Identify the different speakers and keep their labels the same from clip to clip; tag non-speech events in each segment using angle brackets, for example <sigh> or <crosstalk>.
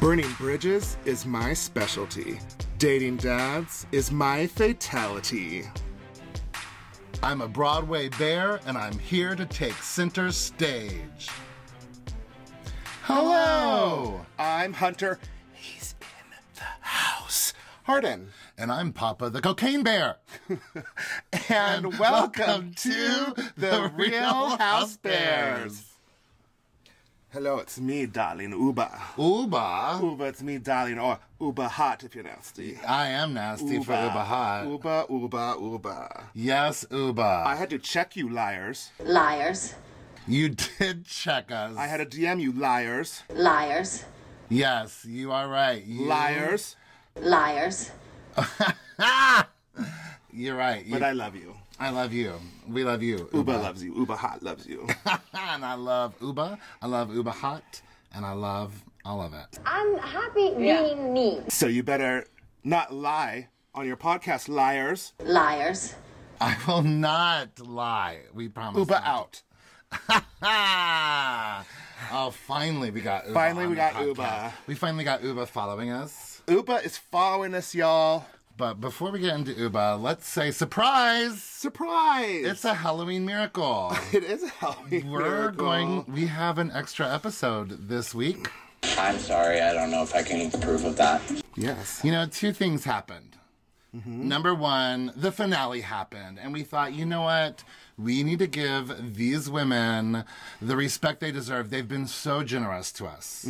Speaker 1: Burning bridges is my specialty. Dating dads is my fatality. I'm a Broadway bear and I'm here to take center stage. Hello! I'm Hunter. He's in the house. Harden.
Speaker 2: And I'm Papa the
Speaker 1: <laughs>
Speaker 2: Cocaine Bear.
Speaker 1: And, <laughs> welcome to the Real House Bears. Hello, it's me, darling Uba.
Speaker 2: Uba.
Speaker 1: Uba, it's me, darling, or Uba Hot if you're nasty.
Speaker 2: I am nasty for Uba Hot.
Speaker 1: Uba, Uba, Uba.
Speaker 2: Yes, Uba.
Speaker 1: I had to check you, liars.
Speaker 3: Liars,
Speaker 2: you <laughs> did check us.
Speaker 1: I had to DM you, liars.
Speaker 3: liars,
Speaker 2: yes, you are right. You-
Speaker 1: Liars.
Speaker 3: liars,
Speaker 2: <laughs> Ah! You're right.
Speaker 1: But
Speaker 2: You-
Speaker 1: I love you.
Speaker 2: I love you. We love you.
Speaker 1: Uba loves you. Uba Hot loves you. <laughs>
Speaker 2: and I love Uba. I love Uba Hot. And I love all of it.
Speaker 4: I'm happy being me.
Speaker 1: so you better not lie on your podcast, liars.
Speaker 3: liars,
Speaker 2: I will not lie. We promise.
Speaker 1: Uba
Speaker 2: not to.
Speaker 1: out.
Speaker 2: <laughs> oh, finally we got Uba.
Speaker 1: Finally
Speaker 2: on
Speaker 1: we
Speaker 2: the
Speaker 1: got
Speaker 2: podcast.
Speaker 1: Uba.
Speaker 2: We finally got Uba following us.
Speaker 1: Uba is following us, y'all.
Speaker 2: But before we get into Uba, let's say surprise!
Speaker 1: Surprise!
Speaker 2: It's a Halloween miracle.
Speaker 1: <laughs> it is a Halloween
Speaker 2: We're
Speaker 1: <laughs> miracle.
Speaker 2: going, we have an extra episode this week.
Speaker 5: I'm sorry, I don't know if I can approve of that.
Speaker 1: Yes.
Speaker 2: You know, two things happened. Number one, the finale happened, and we thought, you know what? We need to give these women the respect they deserve. They've been so generous to us.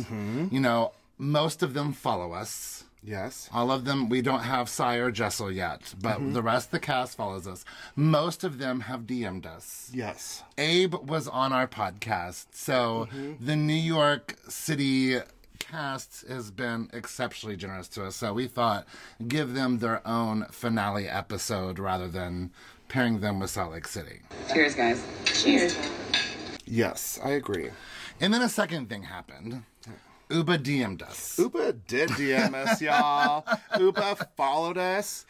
Speaker 2: You know, most of them follow us.
Speaker 1: Yes.
Speaker 2: All of them, we don't have Cy or Jessel yet, but the rest of the cast follows us. Most of them have DM'd us.
Speaker 1: Yes.
Speaker 2: Abe was on our podcast, so
Speaker 1: Mm-hmm.
Speaker 2: the New York City cast has been exceptionally generous to us. So we thought give them their own finale episode rather than pairing them with Salt Lake City.
Speaker 6: Cheers, guys. Cheers.
Speaker 1: Yes, I agree.
Speaker 2: And then a second thing happened. Uba DM'd us.
Speaker 1: Uba did DM us, <laughs> y'all. Uba followed us,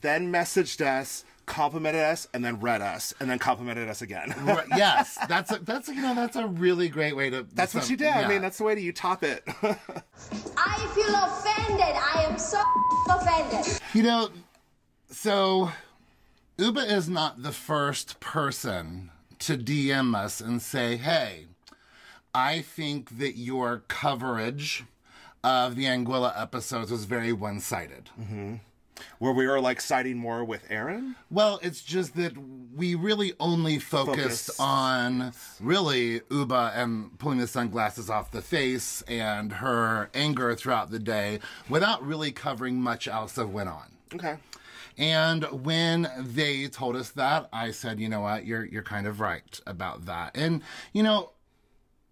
Speaker 1: then messaged us, complimented us, and then read us, and then complimented us again. <laughs>
Speaker 2: Right, yes, that's a, that's you know that's a really great way to.
Speaker 1: That's what
Speaker 2: some-
Speaker 1: she did. I
Speaker 2: yeah.
Speaker 1: mean, that's the way that you top it. <laughs>
Speaker 4: I feel offended. I am so offended.
Speaker 2: You know, so Uba is not the first person to DM us and say, hey, I think that your coverage of the Anguilla episodes was very one sided.
Speaker 1: Where we were like siding more with Aaron.
Speaker 2: Well, it's just that we really only focused
Speaker 1: Focus.
Speaker 2: on really Uba and pulling the sunglasses off the face and her anger throughout the day without really covering much else that went on.
Speaker 1: Okay.
Speaker 2: And when they told us that, I said, you know what, you're you're kind of right about that. And you know,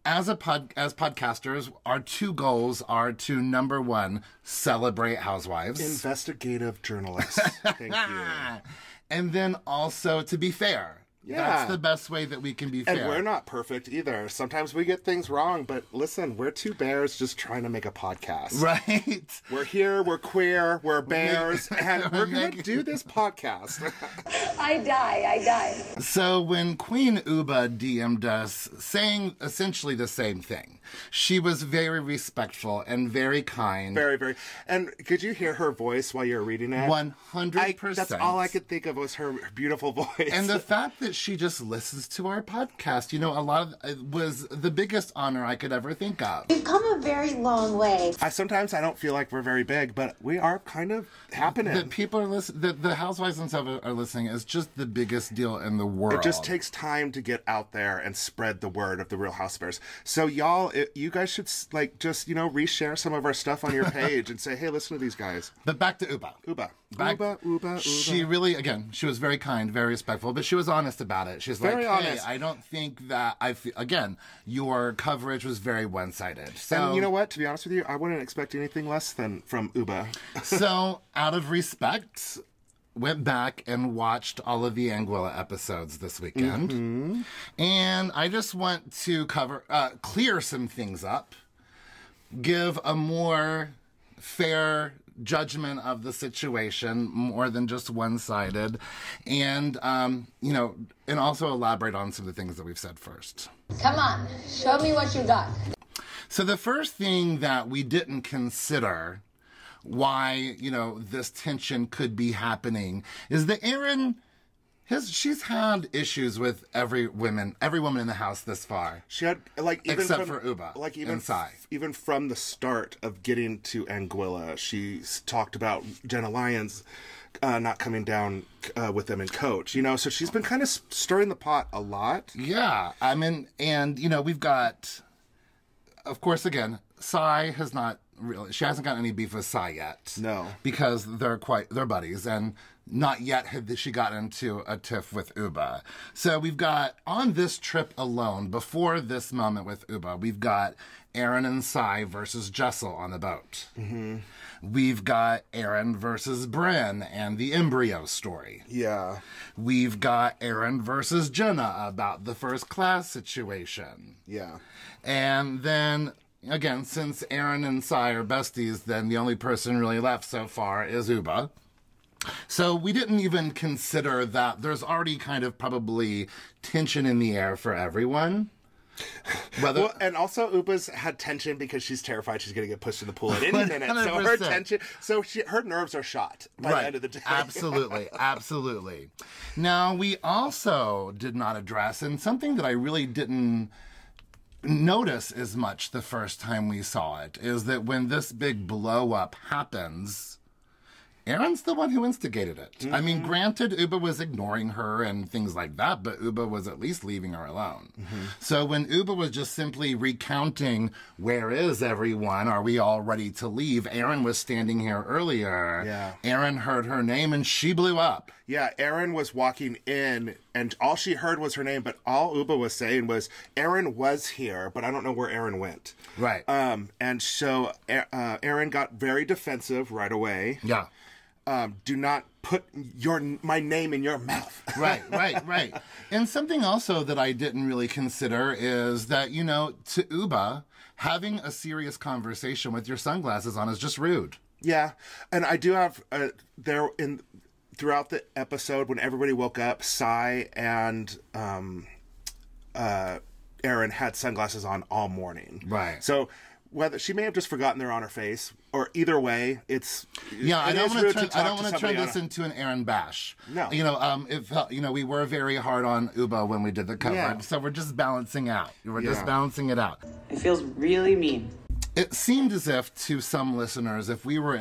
Speaker 2: as a pod as podcasters, our two goals are to number one, celebrate housewives.
Speaker 1: Investigative
Speaker 2: <laughs>
Speaker 1: journalist. Thank you.
Speaker 2: Ah, and then also to be fair.
Speaker 1: Yeah.
Speaker 2: That's the best way that we can be
Speaker 1: And
Speaker 2: fair.
Speaker 1: we're not perfect either. Sometimes we get things wrong, but listen, we're two bears just trying to make a podcast.
Speaker 2: <laughs> right.
Speaker 1: We're here, we're queer, we're
Speaker 2: <laughs>
Speaker 1: bears, and we're going to
Speaker 2: making-
Speaker 1: do this podcast. <laughs>
Speaker 4: I die. I die.
Speaker 2: So when Queen Uba DM'd us saying essentially the same thing, she was very respectful and very kind.
Speaker 1: very, very. And could you hear her voice while you were reading it?
Speaker 2: One
Speaker 1: I-
Speaker 2: hundred percent.
Speaker 1: That's all I could think of was her beautiful <laughs> voice.
Speaker 2: And the fact that she just listens to our podcast, you know, a lot of it was the biggest honor I could ever think of.
Speaker 4: We've come a very long way.
Speaker 1: I, sometimes I don't feel like we're very big, but we are kind of happening.
Speaker 2: That people are listening, that the housewives themselves are- are listening is just the biggest deal in the world.
Speaker 1: It just takes time to get out there and spread the word of the Real House Bears. So y'all, it, you guys should s- like just you know reshare some of our stuff on
Speaker 2: <laughs>
Speaker 1: your page and say, hey, listen to these guys.
Speaker 2: But back to Uba.
Speaker 1: Uba,
Speaker 2: Back-
Speaker 1: Uba, Uba, Uba.
Speaker 2: She really, again, she was very kind, very respectful, but she was honest about it. She's like,
Speaker 1: Very
Speaker 2: "Hey,
Speaker 1: honest.
Speaker 2: I don't think that I feel." Again, your coverage was very one-sided. So
Speaker 1: and you know what? To be honest with you, I wouldn't expect anything less than from Uba. <laughs>
Speaker 2: so out of respect went back and watched all of the anguilla episodes this weekend and i just want to cover uh, clear some things up give a more fair judgment of the situation more than just one sided, and um, you know, and also elaborate on some of the things that we've said first.
Speaker 4: Come on, show me what you got.
Speaker 2: So the first thing that we didn't consider why you know this tension could be happening is that Aaron. His, she's had issues with every woman, every woman in the house this far.
Speaker 1: She had like even
Speaker 2: Except
Speaker 1: from,
Speaker 2: for Uba
Speaker 1: like even
Speaker 2: and Sai.
Speaker 1: even from the start of getting to Anguilla, she s- talked about Jenna Lyons uh, not coming down uh, with them in coach. You know, so she's been kind of stirring the pot a lot.
Speaker 2: Yeah, I mean, and you know, we've got, of course, again, Sai has not really. She hasn't got any beef with Sai yet.
Speaker 1: No.
Speaker 2: because they're quite they're buddies, and not yet had she got into a tiff with Uba. So we've got on this trip alone, before this moment with Uba, we've got Aaron and Sai versus Jessel on the boat. Mm-hmm. We've got Aaron versus Bryn and the embryo story.
Speaker 1: Yeah,
Speaker 2: We've got Aaron versus Jenna about the first class situation.
Speaker 1: yeah.
Speaker 2: And then, again, since Aaron and Sai are besties, then the only person really left so far is Uba. So we didn't even consider that there's already kind of probably tension in the air for everyone. Whether
Speaker 1: Well, and also Upa's had tension because she's terrified she's going to get pushed in the pool at any minute. So her
Speaker 2: 100%.
Speaker 1: tension, so she, her nerves are shot by the end of the day.
Speaker 2: absolutely, absolutely. Now we also did not address, and something that I really didn't notice as much the first time we saw it is that when this big blow up happens. Aaron's the one who instigated it. I mean, granted, Uba was ignoring her and things like that, but Uba was at least leaving her alone. So when Uba was just simply recounting, Where is everyone? Are we all ready to leave? Aaron was standing here earlier.
Speaker 1: Yeah.
Speaker 2: Aaron heard her name and she blew up.
Speaker 1: <laughs> Yeah, Aaron was walking in, and all she heard was her name, but all Uba was saying was, Aaron was here, but I don't know where Aaron went.
Speaker 2: Right.
Speaker 1: Um, and so A- uh, Aaron got very defensive right away.
Speaker 2: yeah.
Speaker 1: Um, do not put your my name in your mouth. <laughs>
Speaker 2: right, right, right. And something also that I didn't really consider is that, you know, to Uba, having a serious conversation with your sunglasses on is just rude.
Speaker 1: Yeah, and I do have uh, there in throughout the episode when everybody woke up, Sai and um, uh, Aaron had sunglasses on all morning.
Speaker 2: Right.
Speaker 1: So whether she may have just forgotten they're on her face, or either way, it's
Speaker 2: Yeah, I
Speaker 1: it
Speaker 2: don't
Speaker 1: is
Speaker 2: want to
Speaker 1: rude
Speaker 2: turn. I
Speaker 1: talk
Speaker 2: don't want to
Speaker 1: somebody
Speaker 2: turn
Speaker 1: on
Speaker 2: this
Speaker 1: a-
Speaker 2: into an Aaron bash.
Speaker 1: No.
Speaker 2: you know, um, it felt you know we were very hard on Uba when we did the cover,
Speaker 1: Yeah.
Speaker 2: so we're just balancing out. We're just
Speaker 1: Yeah.
Speaker 2: balancing it out.
Speaker 5: It feels really mean.
Speaker 2: It seemed as if to some listeners, if we were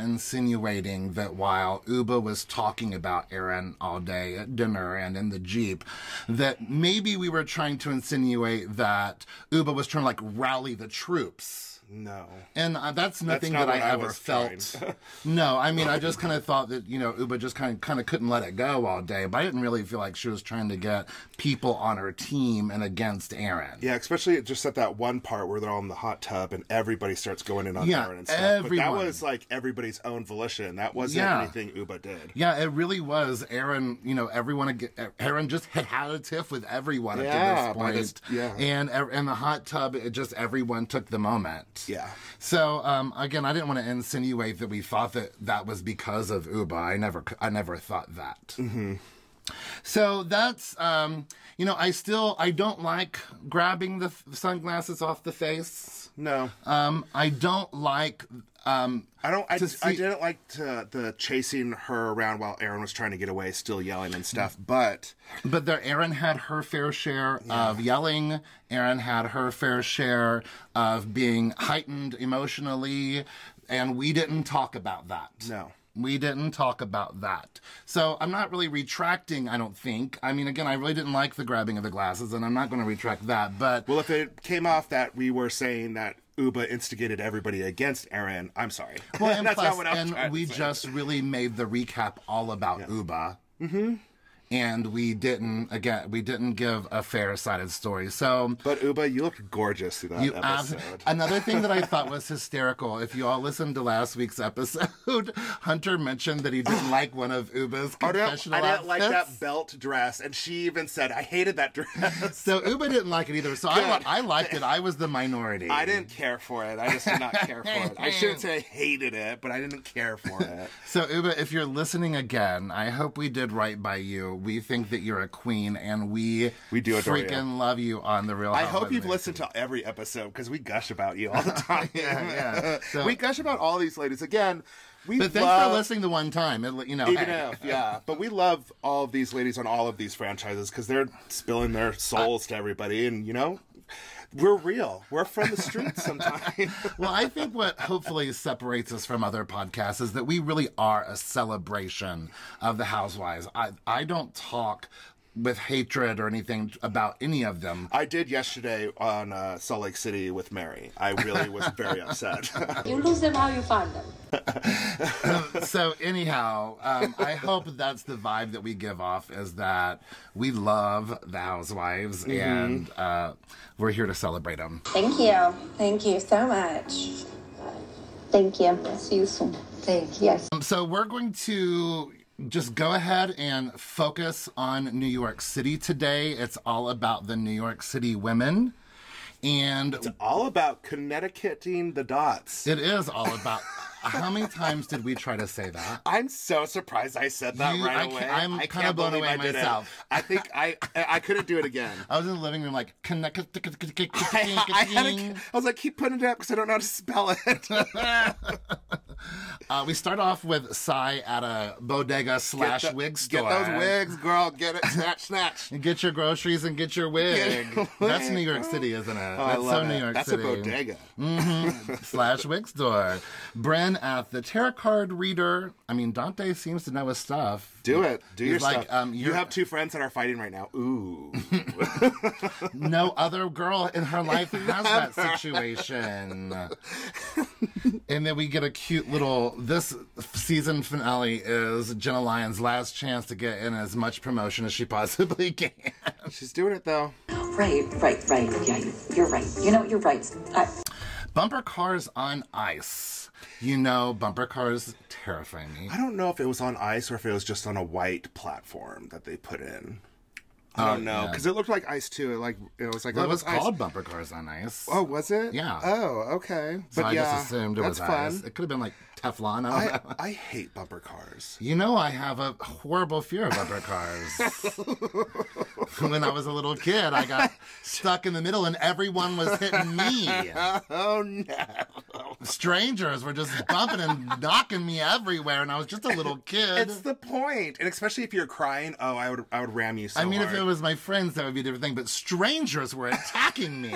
Speaker 2: insinuating that while Uba was talking about Aaron all day at dinner and in the Jeep, that maybe we were trying to insinuate that Uba was trying to like rally the troops.
Speaker 1: No.
Speaker 2: And uh, that's nothing
Speaker 1: not
Speaker 2: that
Speaker 1: what
Speaker 2: I,
Speaker 1: I
Speaker 2: ever
Speaker 1: was
Speaker 2: felt. <laughs>
Speaker 1: <laughs>
Speaker 2: no, I mean, I just kind of thought that, you know, Uba just kind of, kind of couldn't let it go all day, but I didn't really feel like she was trying to get people on her team and against Aaron.
Speaker 1: Yeah, especially just at that one part where they're all in the hot tub and everybody starts going in on
Speaker 2: Yeah,
Speaker 1: Aaron and stuff. But
Speaker 2: everyone.
Speaker 1: that was like everybody's own volition. That wasn't
Speaker 2: Yeah.
Speaker 1: anything Uba did.
Speaker 2: Yeah, it really was. Aaron, you know, everyone, ag- Aaron just had had a tiff with everyone
Speaker 1: Yeah,
Speaker 2: up to
Speaker 1: by
Speaker 2: this
Speaker 1: this-
Speaker 2: point.
Speaker 1: yeah.
Speaker 2: And ev- in the hot tub, it just everyone took the moment.
Speaker 1: Yeah.
Speaker 2: So um, again, I didn't want to insinuate that we thought that that was because of Uba. I never, c- I never thought that.
Speaker 1: Mm-hmm.
Speaker 2: So that's, um, you know, I still, I don't like grabbing the f- sunglasses off the face.
Speaker 1: No.
Speaker 2: Um, I don't like. Um,
Speaker 1: I don't. I,
Speaker 2: to
Speaker 1: I
Speaker 2: see-
Speaker 1: didn't like to, the chasing her around while Aaron was trying to get away, still yelling and stuff. But
Speaker 2: But there, Erin had her fair share of yelling. Erin had her fair share of being heightened emotionally, and we didn't talk about that.
Speaker 1: No.
Speaker 2: We didn't talk about that. So I'm not really retracting, I don't think. I mean, again, I really didn't like the grabbing of the glasses, and I'm not going to retract that. But
Speaker 1: well, if it came off that we were saying that Uba instigated everybody against Aaron, I'm sorry. <laughs>
Speaker 2: Well, and
Speaker 1: that's
Speaker 2: plus-
Speaker 1: not what I'm
Speaker 2: and
Speaker 1: trying
Speaker 2: we
Speaker 1: to say.
Speaker 2: just really made the recap all about Uba. Mm-hmm. and we didn't again we didn't give a fair sided story. So
Speaker 1: But Uba, you looked gorgeous through that
Speaker 2: you abs-
Speaker 1: episode.
Speaker 2: another
Speaker 1: <laughs>
Speaker 2: thing that I thought was hysterical. If you all listened to last week's episode, <laughs> Hunter mentioned that he
Speaker 1: <sighs>
Speaker 2: didn't like one of Uba's
Speaker 1: I didn't,
Speaker 2: confessional
Speaker 1: I didn't like
Speaker 2: outfits.
Speaker 1: that belt dress, and she even said, "I hated that dress." <laughs>
Speaker 2: So Uba didn't like it either. So I, li-
Speaker 1: Good.
Speaker 2: I liked it. I was the minority.
Speaker 1: I didn't care for it. I just did not care for it. I shouldn't say I hated it, but I didn't care for it.
Speaker 2: So Uba, if you're listening again, I hope we did right by you. We think that you're a queen, and we
Speaker 1: We do adore you.
Speaker 2: freaking love you on the Real.
Speaker 1: I hope you've
Speaker 2: Housewives.
Speaker 1: listened to every episode because we gush about
Speaker 2: <laughs>
Speaker 1: you all the time.
Speaker 2: yeah. So-
Speaker 1: we gush about all these ladies again. We
Speaker 2: But thanks
Speaker 1: love,
Speaker 2: for listening the one time. It, you know,
Speaker 1: Even
Speaker 2: hey. <laughs>
Speaker 1: if, yeah, but we love all of these ladies on all of these franchises because they're spilling their souls to everybody, and you know, we're real. We're from the streets
Speaker 2: <laughs>
Speaker 1: sometimes.
Speaker 2: well, I think what hopefully separates us from other podcasts is that we really are a celebration of the housewives. I I don't talk with hatred or anything about any of them.
Speaker 1: I did yesterday on uh, Salt Lake City with Mary. I really was very
Speaker 2: <laughs>
Speaker 1: upset.
Speaker 7: You lose them how you find them.
Speaker 2: so anyhow, um, I hope that's the vibe that we give off is that we love the housewives and uh, we're here to celebrate them.
Speaker 7: Thank you.
Speaker 8: Thank you so much.
Speaker 7: Thank you. See you soon. Thank you. Yes.
Speaker 2: So we're going to just go ahead and focus on New York City today. It's all about the New York City women. And
Speaker 1: all about Connecticuting the dots.
Speaker 2: it is all about how many times did we try to say that?
Speaker 1: I'm so surprised I said that
Speaker 2: You- I
Speaker 1: right
Speaker 2: ca-
Speaker 1: away.
Speaker 2: I'm
Speaker 1: I
Speaker 2: kinda
Speaker 1: can't
Speaker 2: blown
Speaker 1: believe
Speaker 2: away
Speaker 1: I did it.
Speaker 2: myself.
Speaker 1: I think I I I couldn't do it
Speaker 2: <laughs>
Speaker 1: again.
Speaker 2: I was in the living
Speaker 1: <laughs>
Speaker 2: room like connect.
Speaker 1: I, I had a, I was like, keep putting it up because I don't know how to spell
Speaker 2: <laughs>
Speaker 1: it.
Speaker 2: Uh, we start off with Cy at a bodega slash
Speaker 1: Get the-
Speaker 2: wig store.
Speaker 1: Get those wigs, girl. Get it. Snatch,
Speaker 2: <laughs>
Speaker 1: snatch.
Speaker 2: And get your groceries and get your wig.
Speaker 1: your
Speaker 2: That's
Speaker 1: wig.
Speaker 2: New York City, isn't it?
Speaker 1: Oh,
Speaker 2: That's
Speaker 1: I love
Speaker 2: so
Speaker 1: it.
Speaker 2: New York
Speaker 1: That's
Speaker 2: City. Mm-hmm.
Speaker 1: a bodega.
Speaker 2: slash wig store. Bren at the tarot card reader. I mean, Dante seems to know his stuff.
Speaker 1: Do it. Do
Speaker 2: He's
Speaker 1: your
Speaker 2: like,
Speaker 1: stuff.
Speaker 2: um,
Speaker 1: you
Speaker 2: you're-
Speaker 1: have two friends that are fighting right now. Ooh.
Speaker 2: <laughs> No other girl in her life
Speaker 1: <laughs>
Speaker 2: has that situation. and then we get a cute little. This season finale is Jenna Lyons' last chance to get in as much promotion as she possibly can.
Speaker 1: She's doing it though.
Speaker 6: Right, right, right. Yeah, you- you're right. You know, you're right. I,
Speaker 2: Bumper cars on ice. You know, bumper cars terrify me.
Speaker 1: I don't know if it was on ice or if it was just on a white platform that they put in. I don't know because it looked like ice too. It like it was like
Speaker 2: Oh, Well,
Speaker 1: oh,
Speaker 2: it was
Speaker 1: it's ice.
Speaker 2: called bumper cars on ice.
Speaker 1: Oh, was it?
Speaker 2: Yeah.
Speaker 1: Oh, okay.
Speaker 2: so
Speaker 1: but
Speaker 2: I
Speaker 1: yeah,
Speaker 2: just assumed it
Speaker 1: that's
Speaker 2: was ice.
Speaker 1: fun.
Speaker 2: It could have been like Teflon. I
Speaker 1: I,
Speaker 2: don't know. <laughs>
Speaker 1: I hate bumper cars.
Speaker 2: You know, I have a horrible fear of bumper
Speaker 1: <laughs>
Speaker 2: cars. when I was a little kid, I got stuck in the middle and everyone was hitting me.
Speaker 1: Oh no!
Speaker 2: Strangers were just bumping and knocking me everywhere, and I was just a little kid.
Speaker 1: It's the point, and especially if you're crying. Oh, I would I would ram you. So
Speaker 2: I mean, if
Speaker 1: hard.
Speaker 2: it was my friends, that would be a different thing, but strangers were attacking me.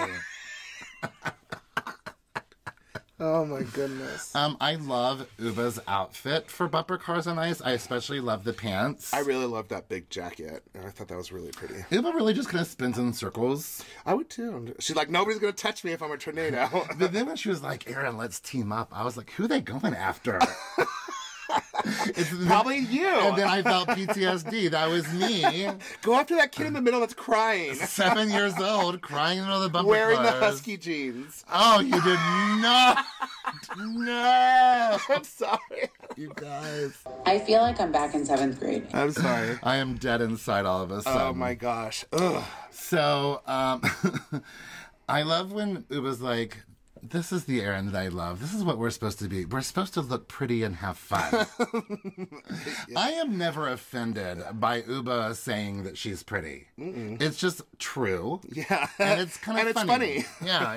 Speaker 1: Oh my goodness!
Speaker 2: Um, I love Uba's outfit for bumper cars on ice. I especially love the pants.
Speaker 1: I really love that big jacket, and I thought that was really pretty.
Speaker 2: Uba really just kind of spins in circles.
Speaker 1: I would too. She's like, nobody's gonna touch me if I'm a
Speaker 2: <laughs>
Speaker 1: tornado.
Speaker 2: But then when she was like, Aaron, let's team up, I was like, who they
Speaker 1: <laughs>
Speaker 2: going after? It's-
Speaker 1: Probably you.
Speaker 2: And then I felt PTSD. That was me,
Speaker 1: Go after that kid in the middle that's
Speaker 2: <laughs>
Speaker 1: crying,
Speaker 2: seven years old, crying in the middle of the bumper
Speaker 1: wearing the
Speaker 2: cars.
Speaker 1: husky jeans.
Speaker 2: Oh, you did not.
Speaker 1: <laughs>
Speaker 2: no.
Speaker 1: I'm sorry.
Speaker 2: You guys.
Speaker 6: I feel like I'm back in seventh grade.
Speaker 1: I'm sorry.
Speaker 2: I am dead inside all of us.
Speaker 1: Oh my gosh. Ugh.
Speaker 2: So, um, <laughs> I love when it was like, this is the Aaron that I love. This is what we're supposed to be. We're supposed to look pretty and have fun.
Speaker 1: <laughs>
Speaker 2: I am never offended by Uba saying that she's pretty. It's just true.
Speaker 1: Yeah.
Speaker 2: And it's
Speaker 1: <laughs>
Speaker 2: kind
Speaker 1: And
Speaker 2: of
Speaker 1: it's
Speaker 2: funny.
Speaker 1: funny.
Speaker 2: Yeah,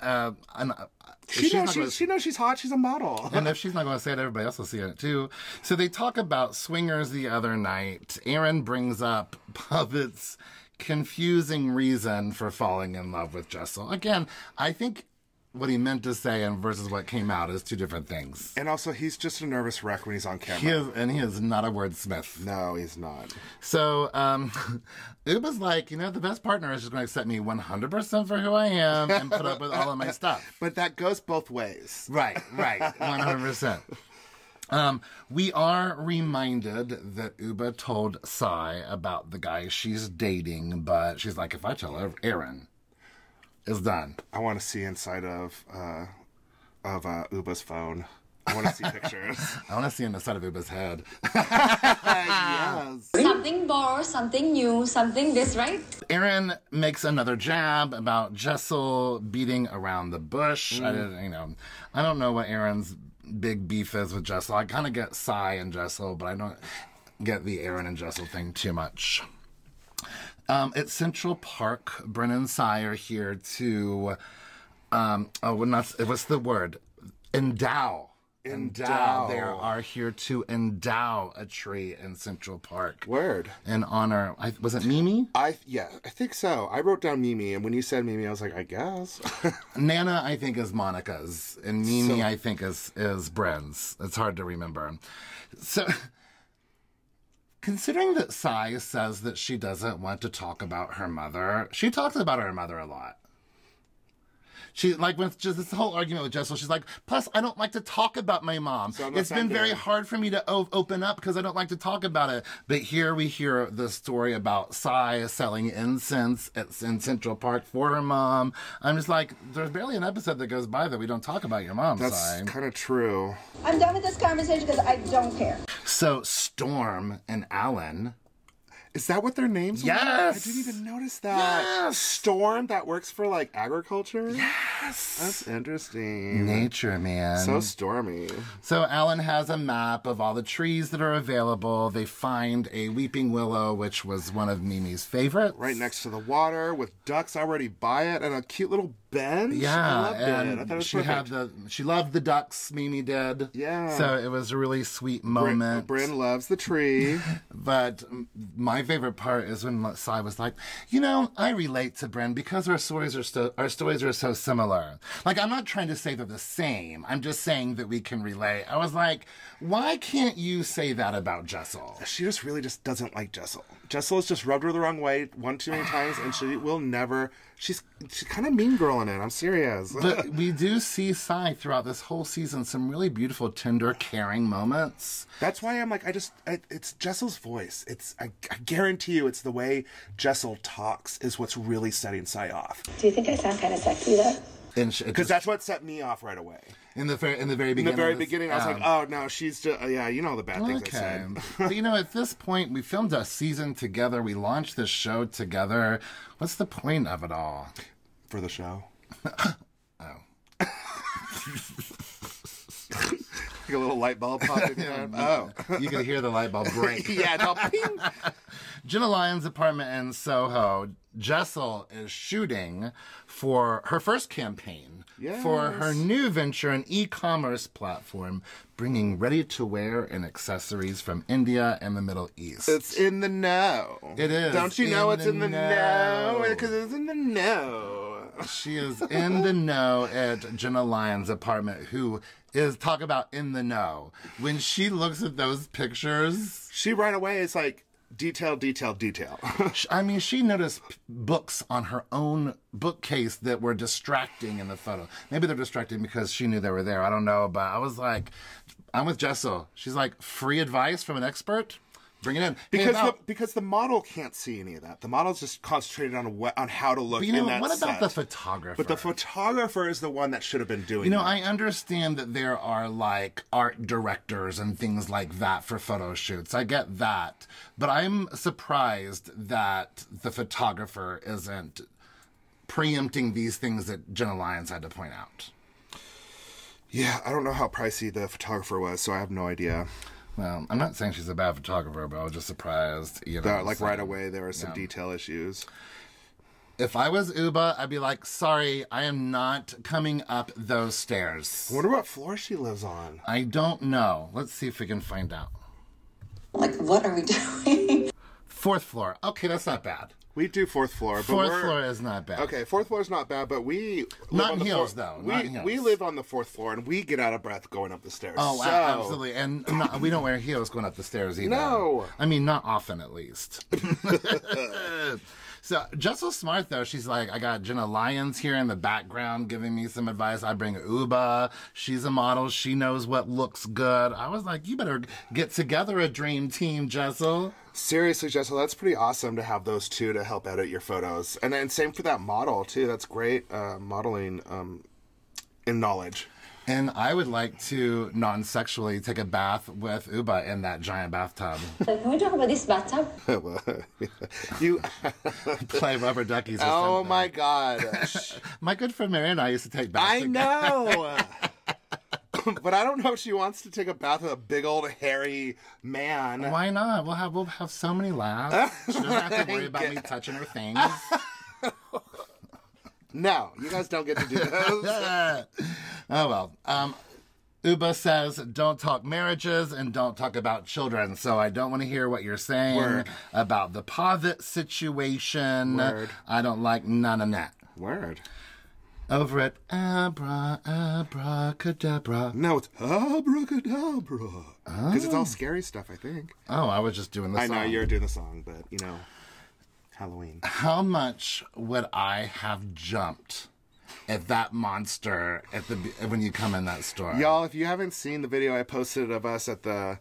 Speaker 2: yeah. Uh, and, uh,
Speaker 1: She
Speaker 2: she's
Speaker 1: knows
Speaker 2: not
Speaker 1: she,
Speaker 2: gonna-
Speaker 1: she knows she's hot. She's a model.
Speaker 2: and if she's not going to say it, everybody else will see it too. So they talk about swingers the other night. Aaron brings up <laughs> Puppet's confusing reason for falling in love with Jessel. Again, I think what he meant to say and versus what came out is two different things.
Speaker 1: And also, he's just a nervous wreck when he's on camera.
Speaker 2: He is, and he is not a wordsmith.
Speaker 1: No, he's not.
Speaker 2: So um, <laughs> Uba's like, you know, the best partner is just going to accept me 100% for who I am and put up with all of my stuff.
Speaker 1: But that goes both ways.
Speaker 2: Right, right, 100%. Um, we are reminded that Uba told Sai about the guy she's dating, but she's like, if I tell her, Aaron is done.
Speaker 1: I want to see inside of uh, of uh, Uba's phone. I want to
Speaker 2: <laughs>
Speaker 1: see pictures.
Speaker 2: I want to see him inside of Uba's head. <laughs>
Speaker 4: Something more, something new, something this, right?
Speaker 2: Aaron makes another jab about Jessel beating around the bush. I didn't, you know, I don't know what Aaron's big beef is with Jessel. I kind of get Sai and Jessel, but I don't get the Aaron and Jessel thing too much. Um, at Central Park, Brennan and Sai are here to, um, oh, well, not, what's the word? Endow. Endow. They are here to endow a tree in Central Park.
Speaker 1: Word.
Speaker 2: In honor, I, was it Mimi?
Speaker 1: I yeah, I think so. I wrote down Mimi, and when you said Mimi, I was like, I guess. <laughs>
Speaker 2: Nana, I think, is Monica's, and Mimi, I think, is is Bren's. It's hard to remember. So, <laughs> considering that Sai says that she doesn't want to talk about her mother, she talks about her mother a lot. She like with just this whole argument with Jessel. She's like, plus I don't like to talk about my mom.
Speaker 1: I'm
Speaker 2: it's been very
Speaker 1: offended."
Speaker 2: hard for me to o- open up because I don't like to talk about it. But here we hear the story about Sai selling incense at, in Central Park for her mom. I'm just like, there's barely an episode that goes by that we don't talk about your mom,
Speaker 1: That's
Speaker 2: Sai.
Speaker 1: kind of true.
Speaker 8: I'm done with this conversation because I don't care.
Speaker 2: So Storm and Alan.
Speaker 1: Is that what their names? were?
Speaker 2: Yes!
Speaker 1: I didn't even notice that.
Speaker 2: Yes!
Speaker 1: Storm that works for like agriculture. Yes, that's interesting.
Speaker 2: Nature, man.
Speaker 1: Mm-hmm. So stormy.
Speaker 2: So Alan has a map of all the trees that are available. They find a weeping willow, which was one of Mimi's favorites.
Speaker 1: Right next to the water, with ducks already by it, and a cute little bench.
Speaker 2: Yeah,
Speaker 1: I loved
Speaker 2: and
Speaker 1: it. I thought it was
Speaker 2: she
Speaker 1: perfect.
Speaker 2: had the she loved the ducks. Mimi did.
Speaker 1: Yeah.
Speaker 2: So it was a really sweet
Speaker 1: Brin-
Speaker 2: moment.
Speaker 1: Brin loves the
Speaker 2: <laughs>
Speaker 1: tree.
Speaker 2: But mm, my favorite part is when Sai was like, you know, I relate to Bren because our stories are so our stories are so similar. Like I'm not trying to say they're the same. I'm just saying that we can relate. I was like, why can't you say that about Jessel?
Speaker 1: she just really just doesn't like Jessel. Jessel has just rubbed her the wrong way one too many times, and she will never. She's she's kind of mean girling it. I'm serious.
Speaker 2: but we do see Sai throughout this whole season some really beautiful, tender, caring moments.
Speaker 1: <laughs> That's why I'm like I just I, it's Jessel's voice. It's I, I guarantee you it's the way Jessel talks is what's really setting Sai off
Speaker 6: Do you think I sound kind of sexy though?
Speaker 2: And she,
Speaker 1: because that's what set me off right away.
Speaker 2: in the very in the very
Speaker 1: In
Speaker 2: beginning.
Speaker 1: the very
Speaker 2: of this-
Speaker 1: beginning, I was
Speaker 2: um,
Speaker 1: like, oh no, she's just yeah, you know the bad things I <laughs>
Speaker 2: Okay.
Speaker 1: said.
Speaker 2: but you know, at this point, we filmed a season together. We launched this show together. What's the point of it all?
Speaker 1: for the show. oh. like a little light bulb popped in your head. Oh.
Speaker 2: You can hear the light bulb
Speaker 1: <laughs>
Speaker 2: break.
Speaker 1: Yeah, no, ping.
Speaker 2: <laughs> Jenna Lyons' apartment in Soho. Jessel is shooting for her first campaign for her new venture, an e commerce platform bringing ready to wear and accessories from India and the Middle East.
Speaker 1: It's in the know.
Speaker 2: It is
Speaker 1: Don't you know
Speaker 2: in
Speaker 1: it's
Speaker 2: the
Speaker 1: in the
Speaker 2: know.
Speaker 1: know? Because it's in the know.
Speaker 2: She is in the know at Jenna Lyons' apartment, who is talk about in the know. When she looks at those pictures,
Speaker 1: She right away is like detail, detail, detail. <laughs>
Speaker 2: sh- I mean, she noticed p- books on her own bookcase that were distracting in the photo. Maybe they're distracting because she knew they were there. I don't know, but I was like, I'm with Jessel. She's like, free advice from an expert? Bring it in. Hey,
Speaker 1: because the,
Speaker 2: about-
Speaker 1: because the model can't see any of that. The model's just concentrated on what, on how to look.
Speaker 2: but you know,
Speaker 1: in that
Speaker 2: what about the
Speaker 1: set.
Speaker 2: photographer?
Speaker 1: But the photographer is the one that should have been doing.
Speaker 2: You know,
Speaker 1: that.
Speaker 2: I understand that there are like art directors and things like that for photo shoots. I get that. But I'm surprised that the photographer isn't preempting these things that Jenna Lyons had to point out.
Speaker 1: yeah, I don't know how pricey the photographer was, so I have no idea.
Speaker 2: Well, I'm not saying she's a bad photographer, but I was just surprised. You know,
Speaker 1: That, Uh, like
Speaker 2: so-
Speaker 1: right away, there were some detail issues.
Speaker 2: If I was Uba, I'd be like, sorry, I am not coming up those stairs.
Speaker 1: I wonder what floor she lives on.
Speaker 2: I don't know. Let's see if we can find out.
Speaker 6: Like, what
Speaker 3: <laughs>
Speaker 6: are we doing?
Speaker 2: Fourth floor. Okay, that's not bad.
Speaker 1: We do fourth floor, but
Speaker 2: Fourth
Speaker 1: we're-
Speaker 2: floor is not bad.
Speaker 1: Okay, fourth floor is not bad, but we live
Speaker 2: Not
Speaker 1: on
Speaker 2: in
Speaker 1: the
Speaker 2: heels,
Speaker 1: fourth-
Speaker 2: though,
Speaker 1: We,
Speaker 2: not in heels.
Speaker 1: we live on the fourth floor, and we get out of breath going up the stairs.
Speaker 2: Oh, a-
Speaker 1: So-
Speaker 2: absolutely. And not, we don't wear heels going up the stairs either.
Speaker 1: No.
Speaker 2: I mean, not often at least. <laughs> So Jessel's smart though. She's like, I got Jenna Lyons here in the background giving me some advice. I bring Uba. She's a model. She knows what looks good. I was like, you better get together a dream team, Jessel.
Speaker 1: Seriously, Jessel, that's pretty awesome to have those two to help edit your photos. And then same for that model too. That's great uh, modeling um, in knowledge. <laughs>
Speaker 2: And I would like to non-sexually take a bath with Uba in that giant bathtub. <laughs>
Speaker 7: Can we talk about this bathtub?
Speaker 1: you,
Speaker 2: <laughs> Play rubber duckies. or
Speaker 1: oh
Speaker 2: something.
Speaker 1: my
Speaker 2: <laughs>
Speaker 1: gosh,
Speaker 2: My good friend Mary and I used to take
Speaker 1: <laughs>
Speaker 2: baths.
Speaker 1: I
Speaker 2: together. <laughs>
Speaker 1: know. <laughs> but I don't know if she wants to take a bath with a big old hairy man.
Speaker 2: Why not? We'll have we'll have so
Speaker 1: <laughs>
Speaker 2: many laughs. She doesn't have to worry about me touching her things. <laughs>
Speaker 1: No, you guys don't get
Speaker 2: <laughs>
Speaker 1: to do those.
Speaker 2: oh well. Um, Uba says, "Don't talk marriages and don't talk about children." So I don't want to hear what you're saying
Speaker 1: Word.
Speaker 2: about the Pavitt situation.
Speaker 1: Word.
Speaker 2: I don't like none of that.
Speaker 1: Word.
Speaker 2: Over at Abra Abracadabra.
Speaker 1: No, it's abracadabra. Because it's all scary stuff, I think.
Speaker 2: Oh, I was just doing this.
Speaker 1: I know you're doing the song, but you know,
Speaker 2: <laughs>
Speaker 1: Halloween.
Speaker 2: How much would I have jumped at that monster at the when you come in that store?
Speaker 1: Y'all, if you haven't seen the video I posted of us at the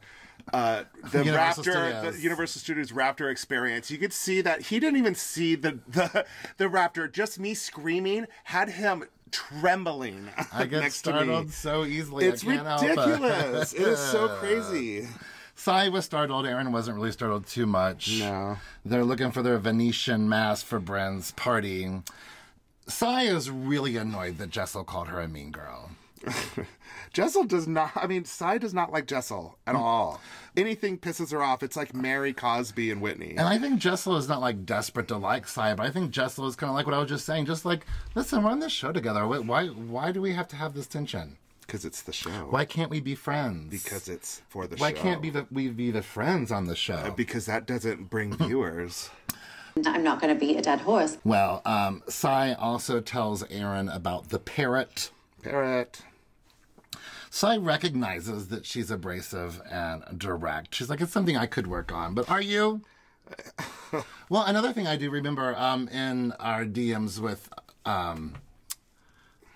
Speaker 2: <laughs>
Speaker 1: uh, the
Speaker 2: Universal
Speaker 1: Raptor,
Speaker 2: Studios.
Speaker 1: the Universal Studios Raptor experience, you could see that he didn't even see the the, the Raptor. Just me screaming had him trembling. <laughs>
Speaker 2: I get
Speaker 1: next to
Speaker 2: startled
Speaker 1: me.
Speaker 2: so easily.
Speaker 1: It's
Speaker 2: I can't help it.
Speaker 1: ridiculous. it is
Speaker 2: <laughs>
Speaker 1: so crazy.
Speaker 2: Sai was startled. Aaron wasn't really startled too much.
Speaker 1: No.
Speaker 2: They're looking for their Venetian mask for Bren's party. Sai is really annoyed that Jessel called her a mean girl.
Speaker 1: Jessel does not. I mean, Cy does not like Jessel
Speaker 2: Mm.
Speaker 1: at all. Anything pisses her off. It's like Mary Cosby and Whitney.
Speaker 2: And I think Jessel is not like desperate to like Sai, but I think Jessel is kind of like what I was just saying. Just like, listen, we're on this show together. Why- Why, why do we have to have this tension?
Speaker 1: Because it's the show.
Speaker 2: Why can't we be friends?
Speaker 1: Because it's for the
Speaker 2: why
Speaker 1: show.
Speaker 2: can't be the, we be the friends on the show?
Speaker 1: Because that doesn't
Speaker 2: <clears throat>
Speaker 1: bring viewers.
Speaker 6: I'm not going to be a dead horse.
Speaker 2: well, um, Sai also tells Aaron about the parrot.
Speaker 1: Parrot.
Speaker 2: Sai recognizes that she's abrasive and direct. She's like, it's something I could work on, but
Speaker 1: <laughs>
Speaker 2: are you? well, another thing I do remember um, in our DMs with um,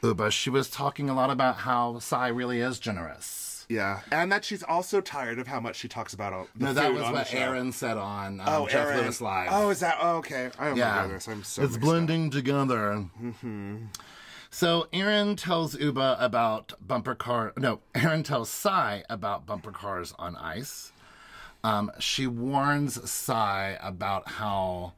Speaker 2: Uba, she was talking a lot about how Sai really is generous.
Speaker 1: Yeah, and that she's also tired of how much she talks about all the
Speaker 2: No, that
Speaker 1: food
Speaker 2: was
Speaker 1: on the
Speaker 2: what
Speaker 1: show.
Speaker 2: Aaron said on um,
Speaker 1: Oh,
Speaker 2: Jeff
Speaker 1: Aaron.
Speaker 2: Lewis Live.
Speaker 1: Oh, is that? Oh, okay. I don't
Speaker 2: yeah.
Speaker 1: remember this. I'm so.
Speaker 2: it's
Speaker 1: mixed up. Mm-hmm.
Speaker 2: blending together. So Aaron tells Uba about bumper car. No, Aaron tells Sai about bumper cars on ice. Um, she warns Sai about how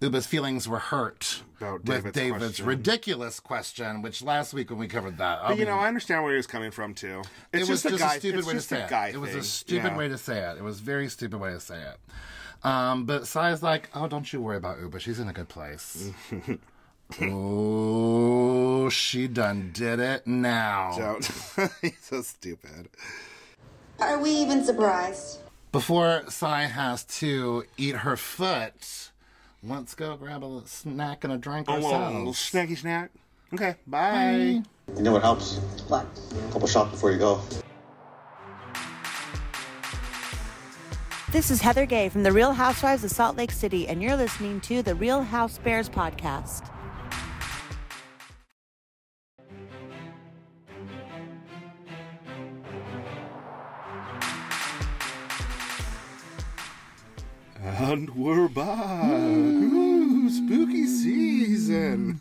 Speaker 2: Uba's feelings were hurt
Speaker 1: About
Speaker 2: with
Speaker 1: David's
Speaker 2: David's
Speaker 1: question.
Speaker 2: ridiculous question, which last week when we covered that, I
Speaker 1: But, you know,
Speaker 2: mean,
Speaker 1: I understand where he was coming from too.
Speaker 2: it
Speaker 1: It's
Speaker 2: was
Speaker 1: just, a, guy,
Speaker 2: stupid
Speaker 1: it's
Speaker 2: way
Speaker 1: just
Speaker 2: to say
Speaker 1: a guy
Speaker 2: it. It was
Speaker 1: thing.
Speaker 2: a stupid
Speaker 1: Yeah.
Speaker 2: way to say it. It was a very stupid way to say it. Um, but Sai's like, oh, don't you worry about Uba. She's in a
Speaker 1: <laughs>
Speaker 2: good place. oh, she done did it now.
Speaker 1: Don't. <laughs> He's so stupid.
Speaker 4: Are we even surprised?
Speaker 2: Before Sai has to eat her foot, let's go grab a little snack and a drink
Speaker 1: Oh, well, little
Speaker 2: ourselves.
Speaker 1: snacky snack. Okay, bye.
Speaker 9: You know what helps?
Speaker 7: What?
Speaker 9: Couple shots before you go.
Speaker 10: This is Heather Gay from The Real Housewives of Salt Lake City, and you're listening to the Real House Bears podcast.
Speaker 1: And we're back. Ooh, spooky season.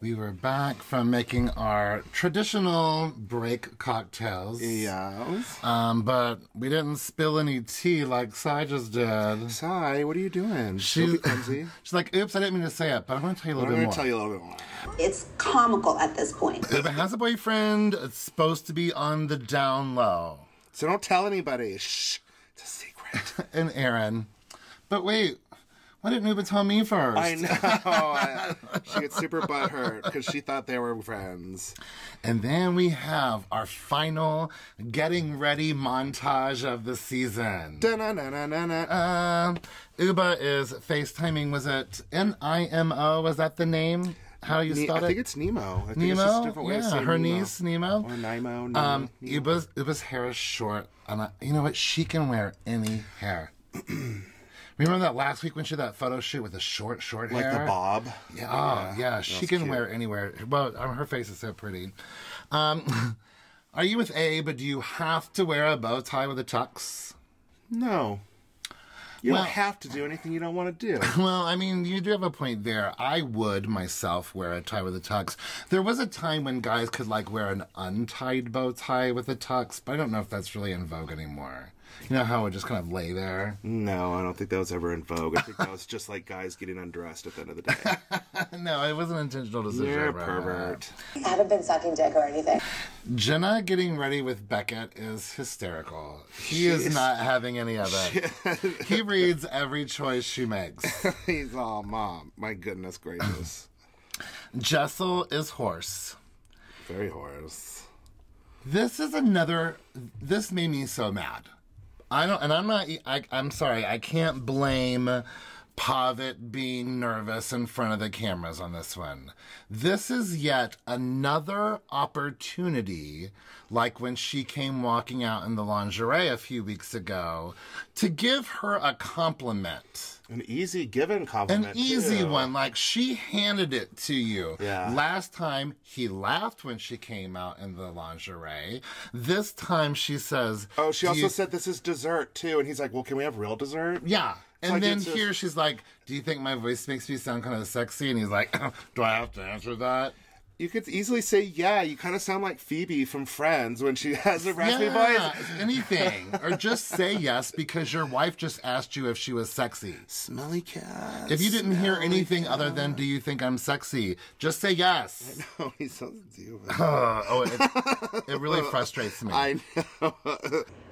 Speaker 2: We were back from making our traditional break cocktails.
Speaker 1: yeah.
Speaker 2: Um, but we didn't spill any tea like Sai just did.
Speaker 1: Sai, what are you doing? Don't
Speaker 2: She's, <laughs>
Speaker 1: be clumsy.
Speaker 2: she's like, oops, I didn't mean to say it, but I'm going to tell you a
Speaker 1: I'm
Speaker 2: little bit
Speaker 1: going
Speaker 2: more.
Speaker 1: to tell you a little bit more.
Speaker 8: It's comical at this point.
Speaker 2: If it has a boyfriend, it's supposed to be on the down low.
Speaker 1: So don't tell anybody. Shh. It's a
Speaker 2: <laughs>
Speaker 1: secret.
Speaker 2: And Aaron. But wait, why didn't Uba tell me first?
Speaker 1: I know. I- <laughs> she gets super butthurt because she thought they were friends.
Speaker 2: And then we have our final getting ready montage of the season.
Speaker 1: Da-na-na-na-na-na.
Speaker 2: Um, Uba is FaceTiming, was it N I M O? Was that the name? How do you
Speaker 1: Ne-
Speaker 2: spell
Speaker 1: E, I
Speaker 2: it?
Speaker 1: think it's Nemo. I think it's just a
Speaker 2: Nemo,
Speaker 1: different way of
Speaker 2: yeah,
Speaker 1: saying
Speaker 2: her
Speaker 1: Nemo.
Speaker 2: niece Nemo,
Speaker 1: Or Nemo, Nemo,
Speaker 2: Um,
Speaker 1: Nemo.
Speaker 2: Uba's
Speaker 1: <clears throat>
Speaker 2: Uba's hair is short, and I, you know what? She can wear any hair. Remember that last week when she had that photo shoot with the short, short
Speaker 1: Like
Speaker 2: hair?
Speaker 1: the bob.
Speaker 2: Yeah, oh, yeah. She can wear anywhere. Well, um, her face is so pretty. Um, <laughs> are you with A, but do you have to wear a bow tie with a tux?
Speaker 1: No. You
Speaker 2: Well-
Speaker 1: don't have to do anything you don't want to do.
Speaker 2: <laughs> Well, I mean, you do have a point there. I would myself wear a tie with a tux. There was a time when guys could like wear an untied bow tie with a tux, but I don't know if that's really in vogue anymore. You know how it would just kind of lay there.
Speaker 1: No, I don't think that was ever in vogue. I think that was just like guys getting undressed at the end of the day.
Speaker 2: no, it was an intentional
Speaker 1: <laughs>
Speaker 2: decision.
Speaker 1: You're a
Speaker 2: Robert.
Speaker 1: pervert.
Speaker 4: I haven't been sucking dick or anything.
Speaker 2: Jenna getting ready with Beckett is hysterical. He is, not having any of
Speaker 1: <laughs>
Speaker 2: it. he reads every choice she makes.
Speaker 1: He's all mom. My goodness gracious.
Speaker 2: Jessel is hoarse.
Speaker 1: Very hoarse.
Speaker 2: This is another. This made me so mad. I don't, and I'm not. e, I, I'm sorry. I can't blame Pavitt being nervous in front of the cameras on this one. This is yet another opportunity, like when she came walking out in the lingerie a few weeks ago, to give her a compliment.
Speaker 1: An easy given
Speaker 2: An
Speaker 1: compliment.
Speaker 2: easy
Speaker 1: too.
Speaker 2: one. Like she handed it to you.
Speaker 1: Yeah.
Speaker 2: Last time he laughed when she came out in the lingerie. This time she says,
Speaker 1: Oh, she
Speaker 2: "Do
Speaker 1: also
Speaker 2: you-"
Speaker 1: said this is dessert too, and he's like, "Well, can we have real dessert?"
Speaker 2: yeah." And
Speaker 1: like
Speaker 2: then
Speaker 1: it's just-
Speaker 2: here she's like, "Do you think my voice makes me sound kind of sexy?" And he's like, <laughs> "Do I have to answer that?"
Speaker 1: You could easily say, "Yeah." You kind of sound like Phoebe from Friends when she <laughs> has a raspy
Speaker 2: Yeah,
Speaker 1: voice.
Speaker 2: anything, or just say yes because your wife just asked you if she was sexy.
Speaker 1: Smelly cat.
Speaker 2: If you didn't hear anything other than "Do you think I'm sexy?" just
Speaker 1: <laughs>
Speaker 2: say yes.
Speaker 1: <laughs> oh, he's so stupid.
Speaker 2: Uh, oh, it, it really frustrates me.
Speaker 1: I know.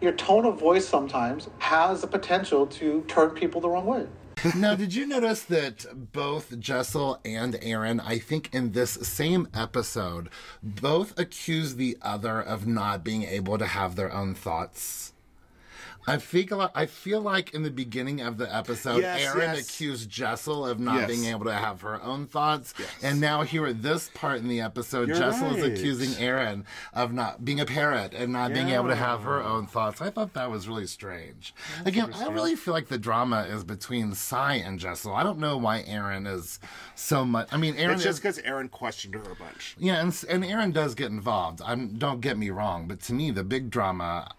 Speaker 11: Your tone of voice sometimes has the potential to turn people the wrong way.
Speaker 2: Now, did you notice that both Jessel and Aaron, I think in this same episode, both accuse the other of not being able to have their own thoughts? I think li- I feel like in the beginning of the episode,
Speaker 1: Yes,
Speaker 2: Aaron
Speaker 1: yes.
Speaker 2: accused Jessel of not
Speaker 1: Yes.
Speaker 2: being able to have her own thoughts, and now here at this part in the episode,
Speaker 1: You're
Speaker 2: Jessel is
Speaker 1: right.
Speaker 2: accusing Aaron of not being a parrot and not being able to have her own thoughts. I thought that was really strange. Again, I really feel like the drama is between Cy and Jessel. I don't know why Aaron is so much. I mean, Aaron
Speaker 1: It's just
Speaker 2: is.
Speaker 1: because Aaron questioned her a bunch.
Speaker 2: Yeah, and, and Aaron does get involved. I'm, don't get me wrong, but to me, the big drama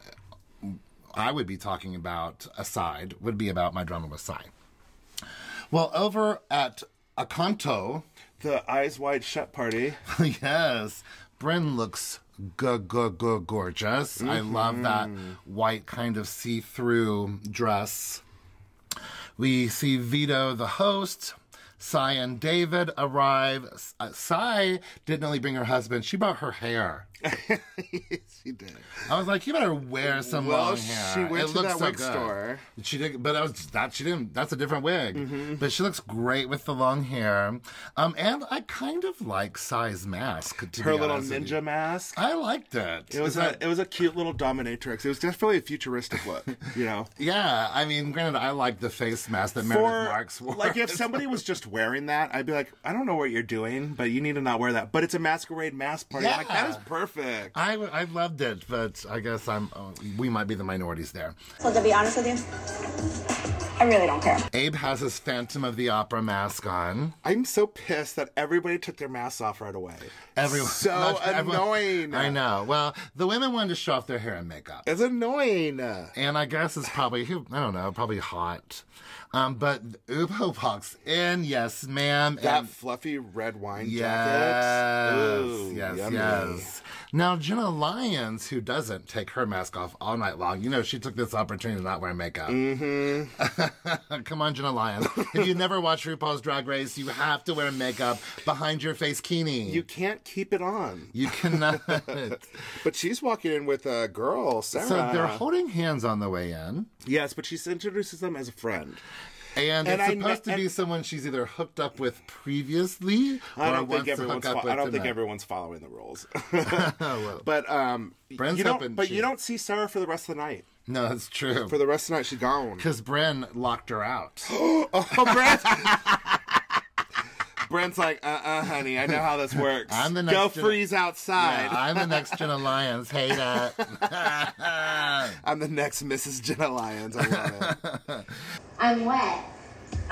Speaker 2: I would be talking about aside would be about my drama with Cy. Well, over at Akanto,
Speaker 1: The eyes wide shut party. <laughs>
Speaker 2: <laughs> yes. Bryn looks g- g- g- gorgeous. I love that
Speaker 1: Mm-hmm.
Speaker 2: white kind of see through dress. We see Vito, the host. Sai and David arrive. S- uh, Sai didn't only bring her husband, she brought her hair.
Speaker 1: she did.
Speaker 2: I was like, you better wear some
Speaker 1: Well,
Speaker 2: long hair.
Speaker 1: she went
Speaker 2: it
Speaker 1: to
Speaker 2: looks
Speaker 1: that
Speaker 2: so
Speaker 1: wig
Speaker 2: good.
Speaker 1: store. Mm-hmm.
Speaker 2: She did, but I was that she didn't. That's a different wig. But she looks great with the long hair. Um, and I kind of like Sai's mask. To
Speaker 1: Her
Speaker 2: be
Speaker 1: little
Speaker 2: honest with you.
Speaker 1: ninja mask.
Speaker 2: I liked it.
Speaker 1: It was
Speaker 2: Is
Speaker 1: a
Speaker 2: that-
Speaker 1: it was a cute little dominatrix. It was definitely a futuristic look, you know.
Speaker 2: yeah. I mean, granted, I liked the face mask that
Speaker 1: For
Speaker 2: <laughs> Meredith Marks wore.
Speaker 1: like if somebody was just wearing that, I'd be like, I don't know what you're doing, but you need to not wear that. But it's a masquerade mask party. I'm like that is
Speaker 2: Yeah.
Speaker 1: perfect.
Speaker 2: <laughs> I, I loved it, but I guess I'm uh, we might be the minorities there.
Speaker 8: So to be honest with you, I really don't care.
Speaker 2: Abe has his Phantom of the Opera mask on.
Speaker 1: I'm so pissed that everybody took their masks off right away.
Speaker 2: Everyone <laughs>
Speaker 1: So
Speaker 2: not-
Speaker 1: annoying.
Speaker 2: I know. Well, the women wanted to show off their hair and makeup.
Speaker 1: It's annoying.
Speaker 2: and I guess it's probably who I don't know, probably hot. Um, but Upo walks in, yes, ma'am.
Speaker 1: That
Speaker 2: and
Speaker 1: fluffy red wine
Speaker 2: yes,
Speaker 1: jacket. Ooh,
Speaker 2: yes,
Speaker 1: yummy.
Speaker 2: yes. Now Jenna Lyons, who doesn't take her mask off all night long, you know she took this opportunity to not wear makeup. Mm-hmm. <laughs> Come on, Jenna Lyons. if you never watch RuPaul's Drag Race, you have to wear makeup behind your face kini.
Speaker 1: You can't keep it on. <laughs>
Speaker 2: you cannot.
Speaker 1: But she's walking in with a girl, Sarah.
Speaker 2: so they're holding hands on the way in.
Speaker 1: yes, but she introduces them as a friend.
Speaker 2: And,
Speaker 1: And
Speaker 2: it's
Speaker 1: I
Speaker 2: supposed
Speaker 1: kn-
Speaker 2: to be
Speaker 1: and-
Speaker 2: someone she's either hooked up with previously
Speaker 1: I
Speaker 2: or
Speaker 1: don't think
Speaker 2: wants to hook
Speaker 1: everyone's.
Speaker 2: up
Speaker 1: Fo-
Speaker 2: with
Speaker 1: I don't think
Speaker 2: tonight.
Speaker 1: everyone's following the
Speaker 2: <laughs>
Speaker 1: rules. <laughs> but um,
Speaker 2: Bren's
Speaker 1: you don't.
Speaker 2: hoping
Speaker 1: But
Speaker 2: she-
Speaker 1: you don't see Sarah for the rest of the night.
Speaker 2: No, that's true.
Speaker 1: For the rest of the night, she's
Speaker 2: <laughs>
Speaker 1: gone.
Speaker 2: Oh, Because Bren locked her out.
Speaker 1: Oh, Bren! <laughs> Brent's like, uh uh honey, I know how this works.
Speaker 2: I'm the
Speaker 1: Go
Speaker 2: next gen-
Speaker 1: freeze outside.
Speaker 2: <laughs> Yeah, I'm the next gen alliance. Hey that.
Speaker 1: I'm the next Mrs. Jenna Lyons. I love it.
Speaker 4: I'm wet.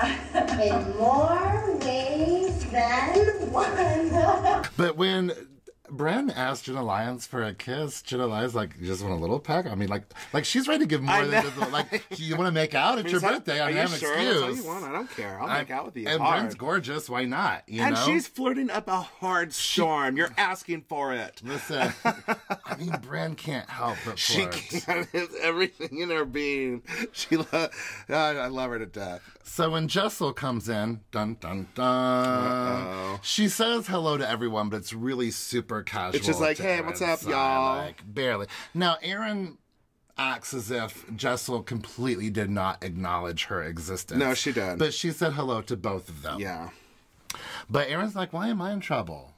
Speaker 4: <laughs> In more ways than one.
Speaker 2: <laughs>
Speaker 4: <laughs>
Speaker 2: but when Bren asked Jenna Lyons for a kiss, Jenna Lyons like, "You just want a little peck?" I mean, like, like she's ready to give more
Speaker 1: I know.
Speaker 2: than just a-
Speaker 1: <laughs>
Speaker 2: like you want to make out. <laughs> It's your birthday.
Speaker 1: Are
Speaker 2: I mean, I
Speaker 1: you
Speaker 2: have an
Speaker 1: sure?
Speaker 2: excuse.
Speaker 1: That's all you want. I don't care. I'll make out with you.
Speaker 2: And
Speaker 1: hard.
Speaker 2: Bren's gorgeous. Why not? You
Speaker 1: and
Speaker 2: know?
Speaker 1: she's flirting up a hard storm. You're asking for it. <laughs>
Speaker 2: listen. I mean, Bren can't help but
Speaker 1: She
Speaker 2: flirt.
Speaker 1: can't. <laughs> It's everything in her being. She, lo- God, I love her to death.
Speaker 2: So when Jessel comes in, dun dun dun, she says hello to everyone, but it's really super casual.
Speaker 1: It's just like,
Speaker 2: to
Speaker 1: "Hey,
Speaker 2: Aaron's
Speaker 1: what's up,
Speaker 2: side,
Speaker 1: y'all?"
Speaker 2: Like barely. Now Aaron acts as if Jessel completely did not acknowledge her existence.
Speaker 1: No, she did.
Speaker 2: But she said hello to both of them.
Speaker 1: Yeah.
Speaker 2: But Aaron's like, why am I in trouble?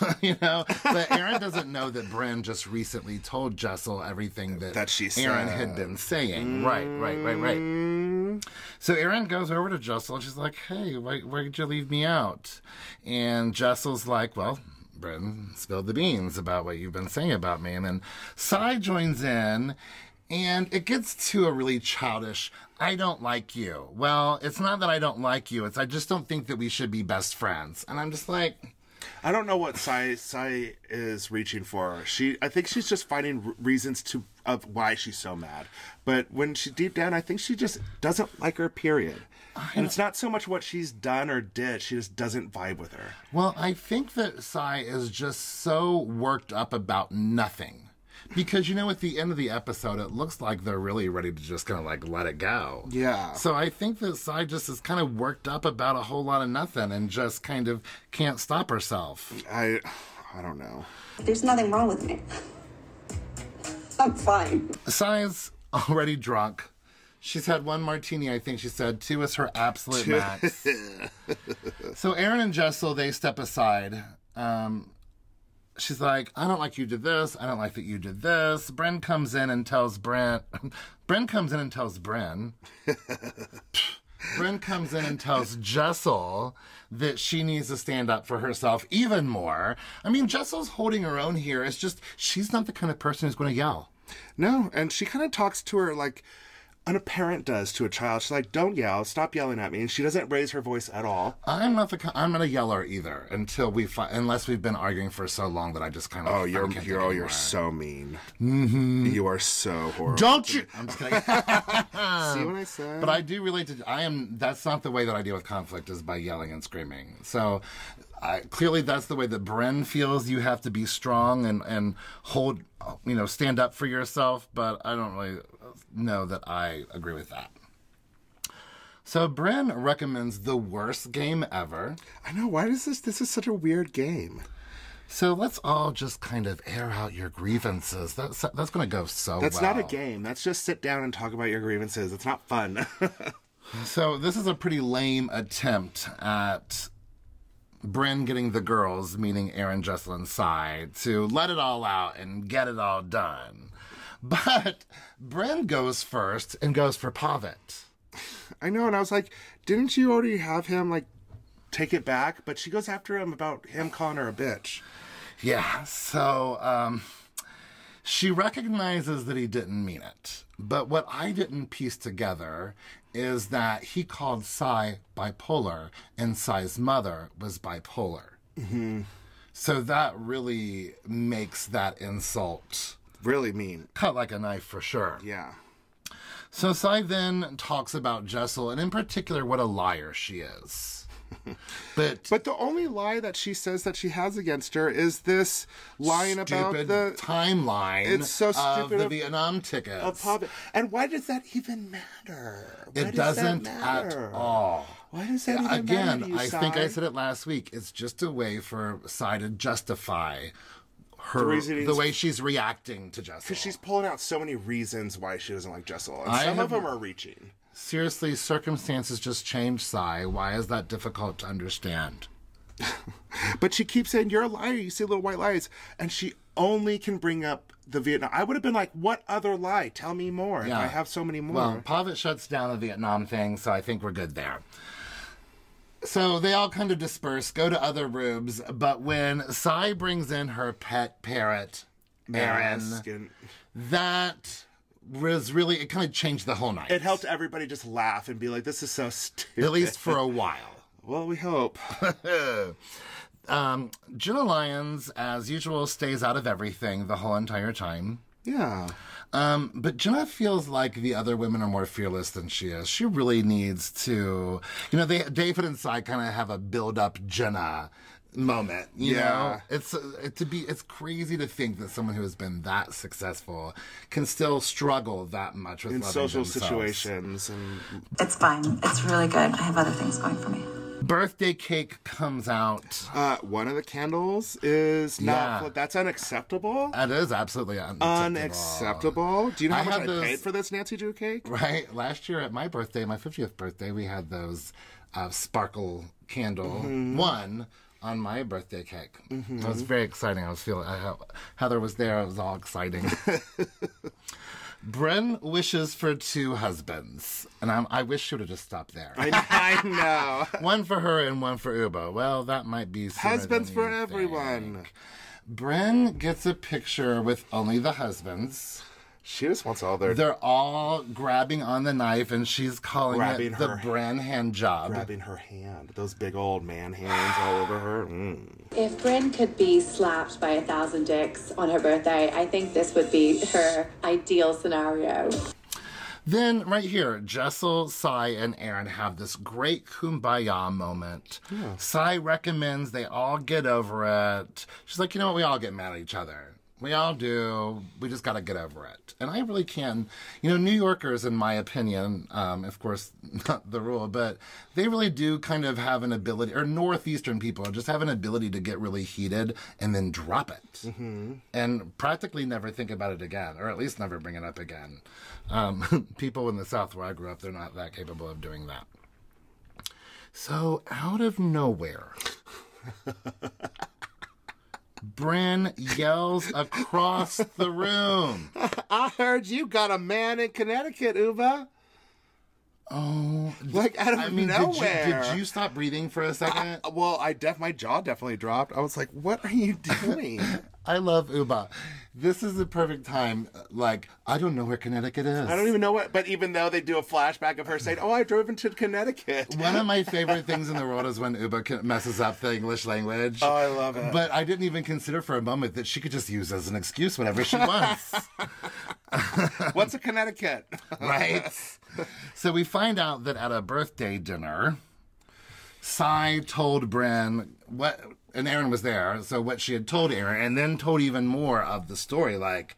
Speaker 2: <laughs> you know, but Aaron doesn't know that Bren just recently told Jessel everything that,
Speaker 1: That she
Speaker 2: Aaron
Speaker 1: said.
Speaker 2: had been saying. Right, right, right, right. So Aaron goes over to Jessel and she's like, hey, why, why did you leave me out? And Jessel's like, well, Bren spilled the beans about what you've been saying about me. And then Sai joins in. And it gets to a really childish, I don't like you. Well, it's not that I don't like you, it's I just don't think that we should be best friends. And I'm just like,
Speaker 1: I don't know what Sai Sai is reaching for. She, I think she's just finding r- reasons to of why she's so mad. But when she deep down, I think she just doesn't like her. Period. And it's not so much what she's done or did. She just doesn't vibe with her.
Speaker 2: Well, I think that Sai is just so worked up about nothing. Because, you know, at the end of the episode, it looks like they're really ready to just kind of like let it go.
Speaker 1: Yeah.
Speaker 2: So I think that Sai just is kind of worked up about a whole lot of nothing and just kind of can't stop herself.
Speaker 1: I, I don't know.
Speaker 8: There's nothing wrong with me. I'm fine.
Speaker 2: Sai's <laughs> already drunk. She's had one martini, I think she said. Two is her absolute max. so Aaron and Jessel, they step aside. Um, she's like, I don't like you did this. I don't like that you did this. Bren comes in and tells <laughs> Brent. Bren comes in and tells Bren. Bren comes in and tells Jessel that she needs to stand up for herself even more. I mean, Jessel's holding her own here. It's just, she's not the kind of person who's going to yell.
Speaker 1: No, and she kind of talks to her like an a parent does to a child. She's like, "Don't yell. Stop yelling at me." And she doesn't raise her voice at all.
Speaker 2: I'm not the. ki- I'm not a yeller either. Until we fi- unless we've been arguing for so long that I just kind of.
Speaker 1: Oh, you're
Speaker 2: I can't
Speaker 1: you're
Speaker 2: do
Speaker 1: oh,
Speaker 2: it
Speaker 1: you're
Speaker 2: anymore.
Speaker 1: so mean. You are so horrible.
Speaker 2: Don't you? I'm just kidding.
Speaker 1: <laughs> see what I said.
Speaker 2: but I do relate to. I am. That's not the way that I deal with conflict is by yelling and screaming. So. I, clearly, that's the way that Bren feels. You have to be strong and and hold, you know, stand up for yourself. But I don't really know that I agree with that. So Bren recommends the worst game ever.
Speaker 1: I know. Why does this? This is such a weird game.
Speaker 2: So let's all just kind of air out your grievances. That's that's going to go so.
Speaker 1: That's not a
Speaker 2: well.
Speaker 1: game. That's just sit down and talk about your grievances. It's not fun. <laughs>
Speaker 2: So this is a pretty lame attempt at Bryn getting the girls, meaning Aaron, Jessel, and Sai, to let it all out and get it all done. But Bryn goes first and goes for Pavitt.
Speaker 1: I know. And I was like, didn't you already have him like take it back? But she goes after him about him calling her a bitch.
Speaker 2: Yeah, so um, she recognizes that he didn't mean it. But what I didn't piece together is that he called Sai bipolar and Sai's mother was bipolar. Mm-hmm. So that really makes that insult
Speaker 1: Really mean.
Speaker 2: cut like a knife for sure.
Speaker 1: Yeah.
Speaker 2: So Sai then talks about Jessel and, in particular, what a liar she
Speaker 1: <laughs>
Speaker 2: is. But,
Speaker 1: But the only lie that she says that she has against her is this lying about
Speaker 2: stupid
Speaker 1: the
Speaker 2: timeline
Speaker 1: It's so
Speaker 2: of
Speaker 1: stupid
Speaker 2: the
Speaker 1: of-
Speaker 2: Vietnam tickets.
Speaker 1: of Hobbit. And why does that even matter? Why
Speaker 2: It
Speaker 1: does that
Speaker 2: doesn't
Speaker 1: matter?
Speaker 2: at all.
Speaker 1: Why does that even matter
Speaker 2: Again,
Speaker 1: to you,
Speaker 2: I think I
Speaker 1: Si?
Speaker 2: said it last week. It's just a way for Sai to justify her
Speaker 1: The
Speaker 2: the,
Speaker 1: reasonings-
Speaker 2: way she's reacting to Jessica.
Speaker 1: Because she's pulling out so many reasons why she doesn't like Jessel, and
Speaker 2: I
Speaker 1: some of
Speaker 2: have-
Speaker 1: them are reaching.
Speaker 2: Seriously, circumstances just change, Sai. Why is that difficult to understand?
Speaker 1: <laughs> But she keeps saying, "You're a liar. You say little white lies," and she only can bring up the Vietnam. I would have been like, "What other lie? Tell me more. if I have so many more."
Speaker 2: Well, Pavitt shuts down the Vietnam thing, so I think we're good there. So they all kind of disperse, go to other rooms, but when Sai brings in her pet parrot, Aaron,
Speaker 1: Skin-
Speaker 2: that was really, it kind of changed the whole night.
Speaker 1: It helped everybody just laugh and be like, "This is so stupid." <laughs>
Speaker 2: At least for a while. <laughs>
Speaker 1: Well, we hope.
Speaker 2: um, Jenna Lyons, as usual, stays out of everything the whole entire time.
Speaker 1: yeah.
Speaker 2: Um, but Jenna feels like the other women are more fearless than she is. She really needs to, you know, they David and Sai kind of have a build up Jenna moment. You
Speaker 1: Yeah.
Speaker 2: know, it's uh, it, to be it's crazy to think that someone who has been that successful can still struggle that much with
Speaker 1: In
Speaker 2: loving
Speaker 1: social
Speaker 2: themselves.
Speaker 1: situations and
Speaker 6: It's fine. It's really good. I have other things going for me.
Speaker 2: Birthday cake comes out.
Speaker 1: Uh, one of the candles is
Speaker 2: Yeah.
Speaker 1: not. fl- That's unacceptable.
Speaker 2: That is absolutely unacceptable.
Speaker 1: Unacceptable. Do you know
Speaker 2: I
Speaker 1: how much
Speaker 2: had
Speaker 1: I
Speaker 2: those-
Speaker 1: paid for this Nancy Drew cake? <laughs>
Speaker 2: Right. Last year at my birthday, my 50th birthday, we had those uh, sparkle candle
Speaker 1: Mm-hmm.
Speaker 2: one on my birthday cake. It was very exciting. I was feeling, I, ha- Heather was there. It was
Speaker 1: <laughs>
Speaker 2: all exciting. Bren wishes for two husbands. And I'm, I wish she would have just stopped there.
Speaker 1: I, I know.
Speaker 2: <laughs> one for her and one for Uba. Well, that might be sooner than
Speaker 1: Husbands for
Speaker 2: you
Speaker 1: everyone.
Speaker 2: think. Bren gets a picture with only the husbands.
Speaker 1: She just wants all their
Speaker 2: They're all grabbing on the knife, and she's calling
Speaker 1: Grabbing
Speaker 2: it the
Speaker 1: her-
Speaker 2: brand hand job.
Speaker 1: grabbing her hand. Those big old man hands all over her. Mm.
Speaker 3: If Brynn could be slapped by a thousand dicks on her birthday, I think this would be her ideal scenario.
Speaker 2: Then, right here, Jessel, Sai, and Aaron have this great kumbaya moment. Sai recommends they all get over it. She's like, you know what? We all get mad at each other. We all do. We just got to get over it. And I really can. You know, New Yorkers, in my opinion, um, of course, <laughs> not the rule, but they really do kind of have an ability, or Northeastern people just have an ability to get really heated and then drop it and practically never think about it again, or at least never bring it up again. Um, <laughs> people in the South where I grew up, they're not that capable of doing that. So, out of nowhere, Bryn yells across the room.
Speaker 1: I heard you got a man in Connecticut, Uba.
Speaker 2: Oh,
Speaker 1: Like out of
Speaker 2: I mean, Did, you,
Speaker 1: nowhere.
Speaker 2: did you stop breathing for a second?
Speaker 1: Uh, Well, I def my jaw definitely dropped. I was like, "What are you doing?"
Speaker 2: I love Uba. This is the perfect time. Like, I don't know where Connecticut
Speaker 1: <laughs>
Speaker 2: is.
Speaker 1: I don't even <laughs> know what. But even though they do a flashback of her saying, "Oh, I drove into Connecticut,"
Speaker 2: One of my favorite things in the world is when Uba can- messes up the English language.
Speaker 1: Oh, I love it.
Speaker 2: But I didn't even consider for a moment that she could just use as an excuse whenever
Speaker 1: <laughs>
Speaker 2: she wants,
Speaker 1: what's a Connecticut?
Speaker 2: right? so we find out that at a birthday dinner, Sai told Bren what, and Aaron was there, so what she had told Aaron, and then told even more of the story, like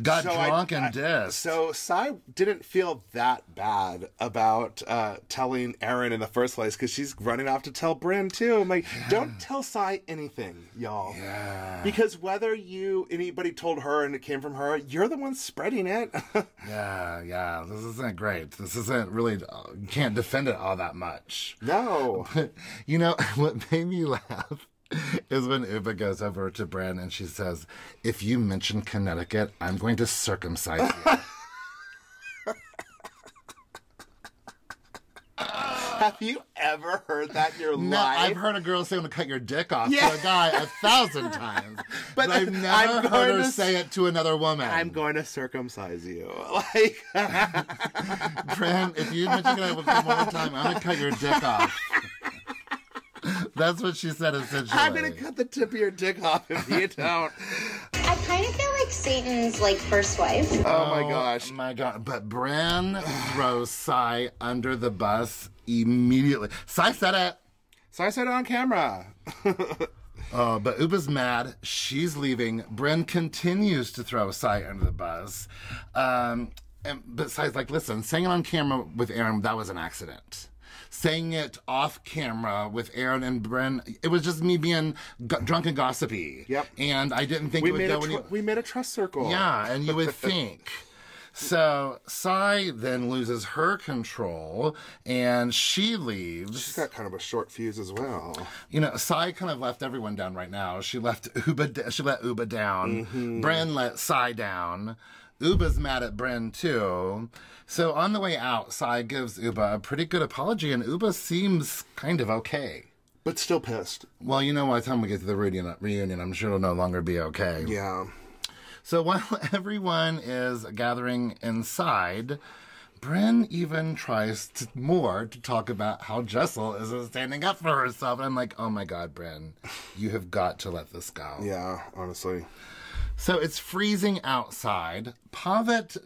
Speaker 2: got
Speaker 1: So I-
Speaker 2: drunk
Speaker 1: I-
Speaker 2: and dissed.
Speaker 1: So Sai didn't feel that bad about uh, telling Erin in the first place because she's running off to tell Bryn too. I'm like, don't tell Sai anything, y'all. Yeah. Because whether you anybody told her and it came from her, you're the one spreading it. <laughs>
Speaker 2: yeah, yeah, this isn't great. This isn't really uh, you can't defend it all that much.
Speaker 1: no. <laughs>
Speaker 2: <laughs> you know what made me laugh is when Uba goes over to Bren and she says, "If you mention Connecticut, I'm going to circumcise you."
Speaker 1: <laughs> Have you ever heard that in your
Speaker 2: no,
Speaker 1: life?
Speaker 2: I've heard a girl say, "I'm going to cut your dick off"
Speaker 1: Yeah.
Speaker 2: to a guy a
Speaker 1: <laughs>
Speaker 2: thousand times, but,
Speaker 1: But
Speaker 2: I've
Speaker 1: I'm
Speaker 2: never
Speaker 1: going
Speaker 2: heard her
Speaker 1: to s-
Speaker 2: say it to another woman.
Speaker 1: I'm going to circumcise you. <laughs> Like,
Speaker 2: <laughs> Bren, if you mention Connecticut one more time, I'm going to cut your dick
Speaker 1: <laughs>
Speaker 2: off. <laughs> That's what she said essentially.
Speaker 1: I'm going to cut the tip of your dick off if you don't.
Speaker 4: I kind of feel like Satan's like first wife.
Speaker 1: oh my gosh.
Speaker 2: my god! But Bren throws Sai under the bus immediately. Sai said it.
Speaker 1: So I said it on camera. <laughs>
Speaker 2: Uh, but Uba's mad. She's leaving. Bren continues to throw Sai under the bus. Um, and, but Sai's like, listen, saying it on camera with Aaron, that was an accident. Saying it off camera with Aaron and Bren, it was just me being g- drunk and gossipy.
Speaker 1: Yep.
Speaker 2: And I didn't think
Speaker 1: we
Speaker 2: it would
Speaker 1: made a
Speaker 2: go
Speaker 1: tr-
Speaker 2: any.
Speaker 1: we made a trust circle.
Speaker 2: Yeah, and
Speaker 1: <laughs>
Speaker 2: you would think. So Sai then loses her control and she leaves.
Speaker 1: She's got kind of a short fuse as well.
Speaker 2: You know, Sai kind of left everyone
Speaker 1: Mm-hmm.
Speaker 2: down right now. She left Uba. d she let Uba down. Bren let Sai down. Uba's mad at Bryn too. So on the way out, Sai gives Uba a pretty good apology, and Uba seems kind of okay.
Speaker 1: But still pissed.
Speaker 2: Well, you know, by the time we get to the reunion, reunion I'm sure it'll no longer be okay.
Speaker 1: Yeah.
Speaker 2: So while <laughs> everyone is gathering inside, Bryn even tries to, more to talk about how Jessel isn't standing up for herself. And I'm like, oh my God, Bryn, you have got to let this go.
Speaker 1: Yeah, honestly.
Speaker 2: So it's freezing outside. Pavitt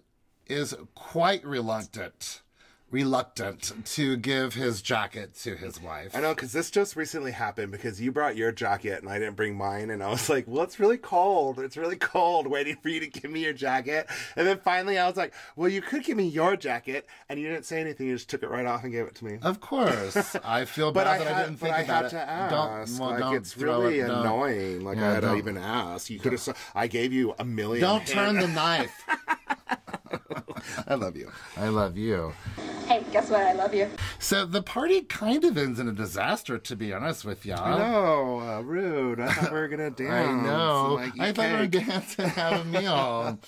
Speaker 2: is quite reluctant, reluctant to give his jacket to his wife.
Speaker 1: I know, because this just recently happened because you brought your jacket and I didn't bring mine. And I was like, well, it's really cold. It's really cold waiting for you to give me your jacket. And then finally I was like, well, you could give me your jacket. And you didn't say anything. You just took it right off and gave it to me. <laughs>
Speaker 2: Of course. I feel
Speaker 1: But
Speaker 2: bad
Speaker 1: I,
Speaker 2: that
Speaker 1: had,
Speaker 2: I didn't
Speaker 1: but
Speaker 2: think
Speaker 1: I
Speaker 2: about
Speaker 1: had
Speaker 2: it.
Speaker 1: to ask.
Speaker 2: well,
Speaker 1: like,
Speaker 2: don't
Speaker 1: it's
Speaker 2: throw
Speaker 1: really
Speaker 2: it, don't-
Speaker 1: annoying. Like,
Speaker 2: Yeah,
Speaker 1: I had to
Speaker 2: don't-
Speaker 1: even ask. You could have. I gave you a 1000000
Speaker 2: Don't turn
Speaker 1: <laughs>
Speaker 2: the knife. I love <laughs> you. I love you.
Speaker 8: Hey, guess what? I love you.
Speaker 2: So the party kind of ends in a disaster, to be honest with y'all.
Speaker 1: I know, uh, rude. I thought we were gonna dance.
Speaker 2: <laughs> I know.
Speaker 1: and, like,
Speaker 2: I
Speaker 1: eat
Speaker 2: thought we were
Speaker 1: cake.
Speaker 2: going to have to have
Speaker 1: <laughs>
Speaker 2: a meal.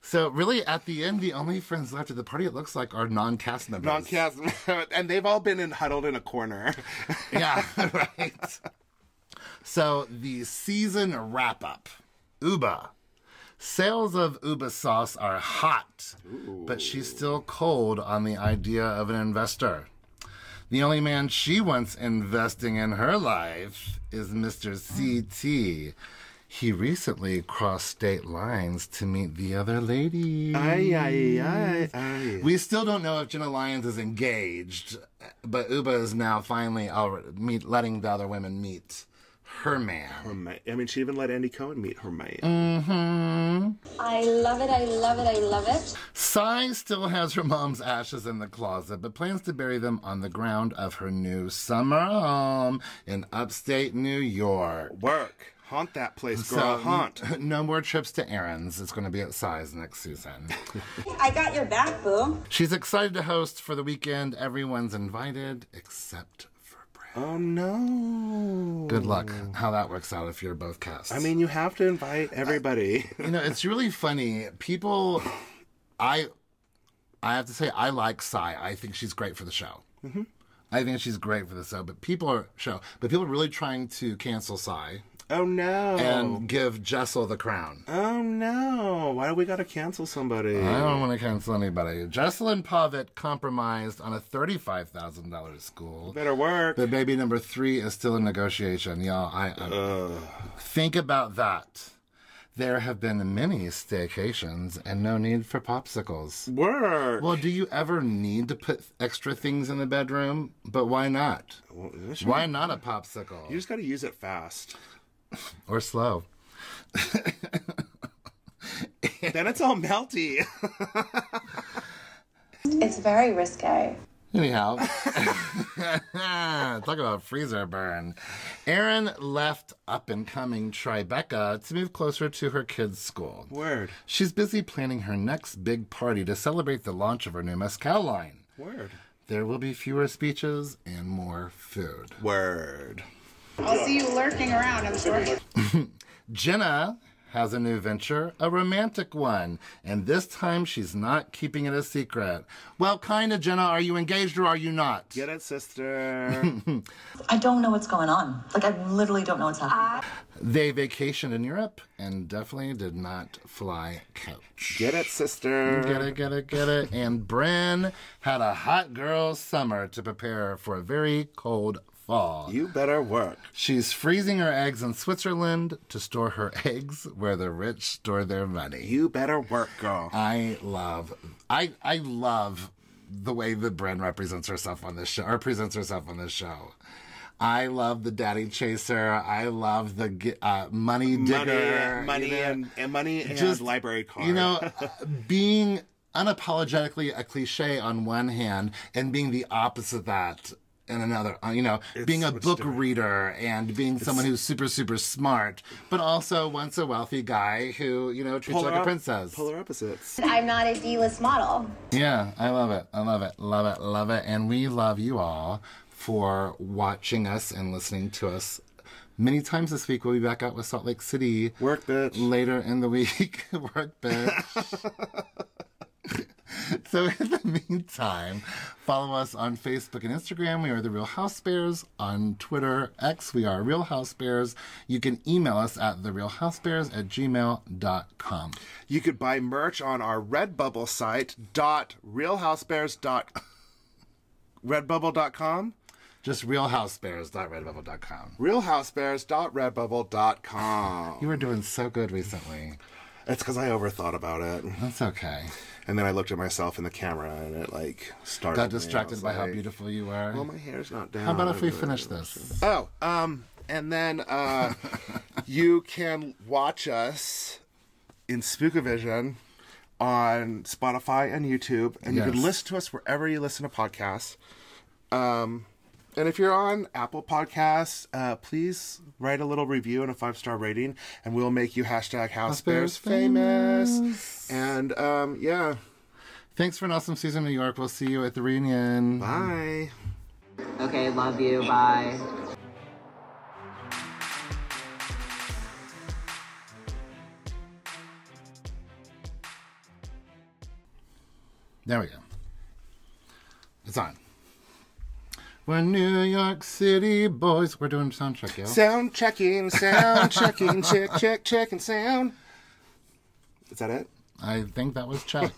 Speaker 2: so really, at the end, the only friends left at the party, it looks like, are non-cast members.
Speaker 1: non-cast, <laughs> and they've all been in, huddled in a
Speaker 2: <laughs>
Speaker 1: corner.
Speaker 2: yeah, right. So the season wrap up, Uba. Sales of Uba sauce are hot, but she's still cold on the idea of an investor. The only man she wants investing in her life is Mr. CT. He recently crossed state lines to meet the other lady.
Speaker 1: Ay, ay, ay, <laughs> ay.
Speaker 2: We still don't know if Jenna Lyons is engaged, but Uba is now finally al- meet, letting the other women meet her man.
Speaker 1: Her ma- Um, I mean, she even let Andy Cohen meet her man.
Speaker 2: Uh. Mm-hmm.
Speaker 4: I love it, I love it, I love it.
Speaker 2: Sai still has her mom's ashes in the closet, but plans to bury them on the ground of her new summer home in upstate New York.
Speaker 1: Work, haunt that place,
Speaker 2: mm.
Speaker 1: girl, haunt.
Speaker 2: <laughs> no more trips to errands. It's going to be at Sai's
Speaker 1: <laughs>
Speaker 2: next season.
Speaker 8: I got your back, boo.
Speaker 2: She's excited to host for the weekend. Everyone's invited except for Brad.
Speaker 1: Oh no!
Speaker 2: Good luck. How that works out if you're both cast.
Speaker 1: I mean, you have to invite everybody. <laughs>
Speaker 2: you know, it's really funny. People, I, I have to say, I like Sai. I think she's great for the show. Mm-hmm. I think she's great for the show. But people are show, but people are really trying to cancel Sai
Speaker 1: oh no!
Speaker 2: and give Jessel the crown.
Speaker 1: oh no! Why do we gotta cancel somebody?
Speaker 2: I don't want to cancel anybody. Jessel and Pavitt compromised on a thirty-five thousand dollars school.
Speaker 1: Better work.
Speaker 2: But baby number three is still in negotiation, y'all. I, I think about that. There have been many staycations and no need for popsicles.
Speaker 1: work.
Speaker 2: Well, do you ever need to put extra things in the bedroom? But why not?
Speaker 1: Well, this-
Speaker 2: Why not a popsicle?
Speaker 1: You just gotta use it fast.
Speaker 2: Or slow.
Speaker 1: then it's all melty. <laughs>
Speaker 4: It's very risque.
Speaker 2: Anyhow, <laughs> talk about freezer burn. Erin left up and coming Tribeca to move closer to her kids' school.
Speaker 1: Word.
Speaker 2: She's busy planning her next big party to celebrate the launch of her new mezcal line.
Speaker 1: Word.
Speaker 2: There will be fewer speeches and more food.
Speaker 1: Word.
Speaker 8: I'll see you lurking around, I'm sure.
Speaker 2: Jenna has a new venture, a romantic one, and this time she's not keeping it a secret. Well, kinda, Jenna, are you engaged or are you not?
Speaker 1: Get it,
Speaker 2: <laughs>
Speaker 1: sister.
Speaker 6: I don't know what's going on. Like, I literally don't know what's happening.
Speaker 2: They vacationed in Europe and definitely did not fly couch.
Speaker 1: Get it, sister.
Speaker 2: Get it, get it, get it. And Bren had a hot girl summer to prepare for a very cold fall.
Speaker 1: You better work.
Speaker 2: She's freezing her eggs in Switzerland to store her <laughs> eggs where the rich store their money.
Speaker 1: You better work, girl.
Speaker 2: I love I I love the way that Bren represents herself on this show or presents herself on this show. I love the daddy chaser. I love the gi- uh, money digger.
Speaker 1: money, money,
Speaker 2: you know?
Speaker 1: and, and money, and
Speaker 2: Just,
Speaker 1: library card. <laughs>
Speaker 2: You know, uh, being unapologetically a cliche on one hand and being the opposite of that in another, uh, you know, being a book reader and being someone who's super, super smart, but also once a wealthy guy who, you know, treats her like a
Speaker 1: op-
Speaker 2: princess.
Speaker 1: Polar opposites.
Speaker 4: I'm not a D list model.
Speaker 2: Yeah, I love it. I love it. Love it. Love it. And we love you all for watching us and listening to us many times this week. We'll be back out with Salt Lake City.
Speaker 1: Work, bitch.
Speaker 2: Later in the week. <laughs>
Speaker 1: <laughs>
Speaker 2: Work, bitch. so in the meantime, follow us on Facebook and Instagram. We are the Real House Bears. On Twitter, X, we are Real House Bears. You can email us at therealhousebears at gmail.com.
Speaker 1: You could buy merch on our Redbubble site, dot realhousebears dot <laughs> redbubble.com.
Speaker 2: Just realhousebears.redbubble.com.
Speaker 1: Realhousebears.redbubble.com.
Speaker 2: You were doing so good recently.
Speaker 1: It's because I overthought about it.
Speaker 2: That's okay.
Speaker 1: And then I looked at myself in the camera, and it like started.
Speaker 2: Got distracted by how beautiful you are.
Speaker 1: Well, my hair's not down.
Speaker 2: How about if we finish this?
Speaker 1: Oh, um, and then uh, you can watch us in Spookavision on Spotify and YouTube, and you
Speaker 2: Yes.
Speaker 1: can listen to us wherever you listen to podcasts. Um, and if you're on Apple Podcasts, uh, please write a little review and a five star rating, and we'll make you hashtag House Bears
Speaker 2: Bears
Speaker 1: famous. And um, yeah,
Speaker 2: Thanks for an awesome season, New York. We'll see you at the reunion.
Speaker 1: bye.
Speaker 12: Okay, love you. Bye.
Speaker 2: There we go. It's on. We're New York City boys. We're doing sound check, yo.
Speaker 1: Sound checking, sound checking, check, check, check, and sound. Is that it? <laughs>
Speaker 2: I think that was checked.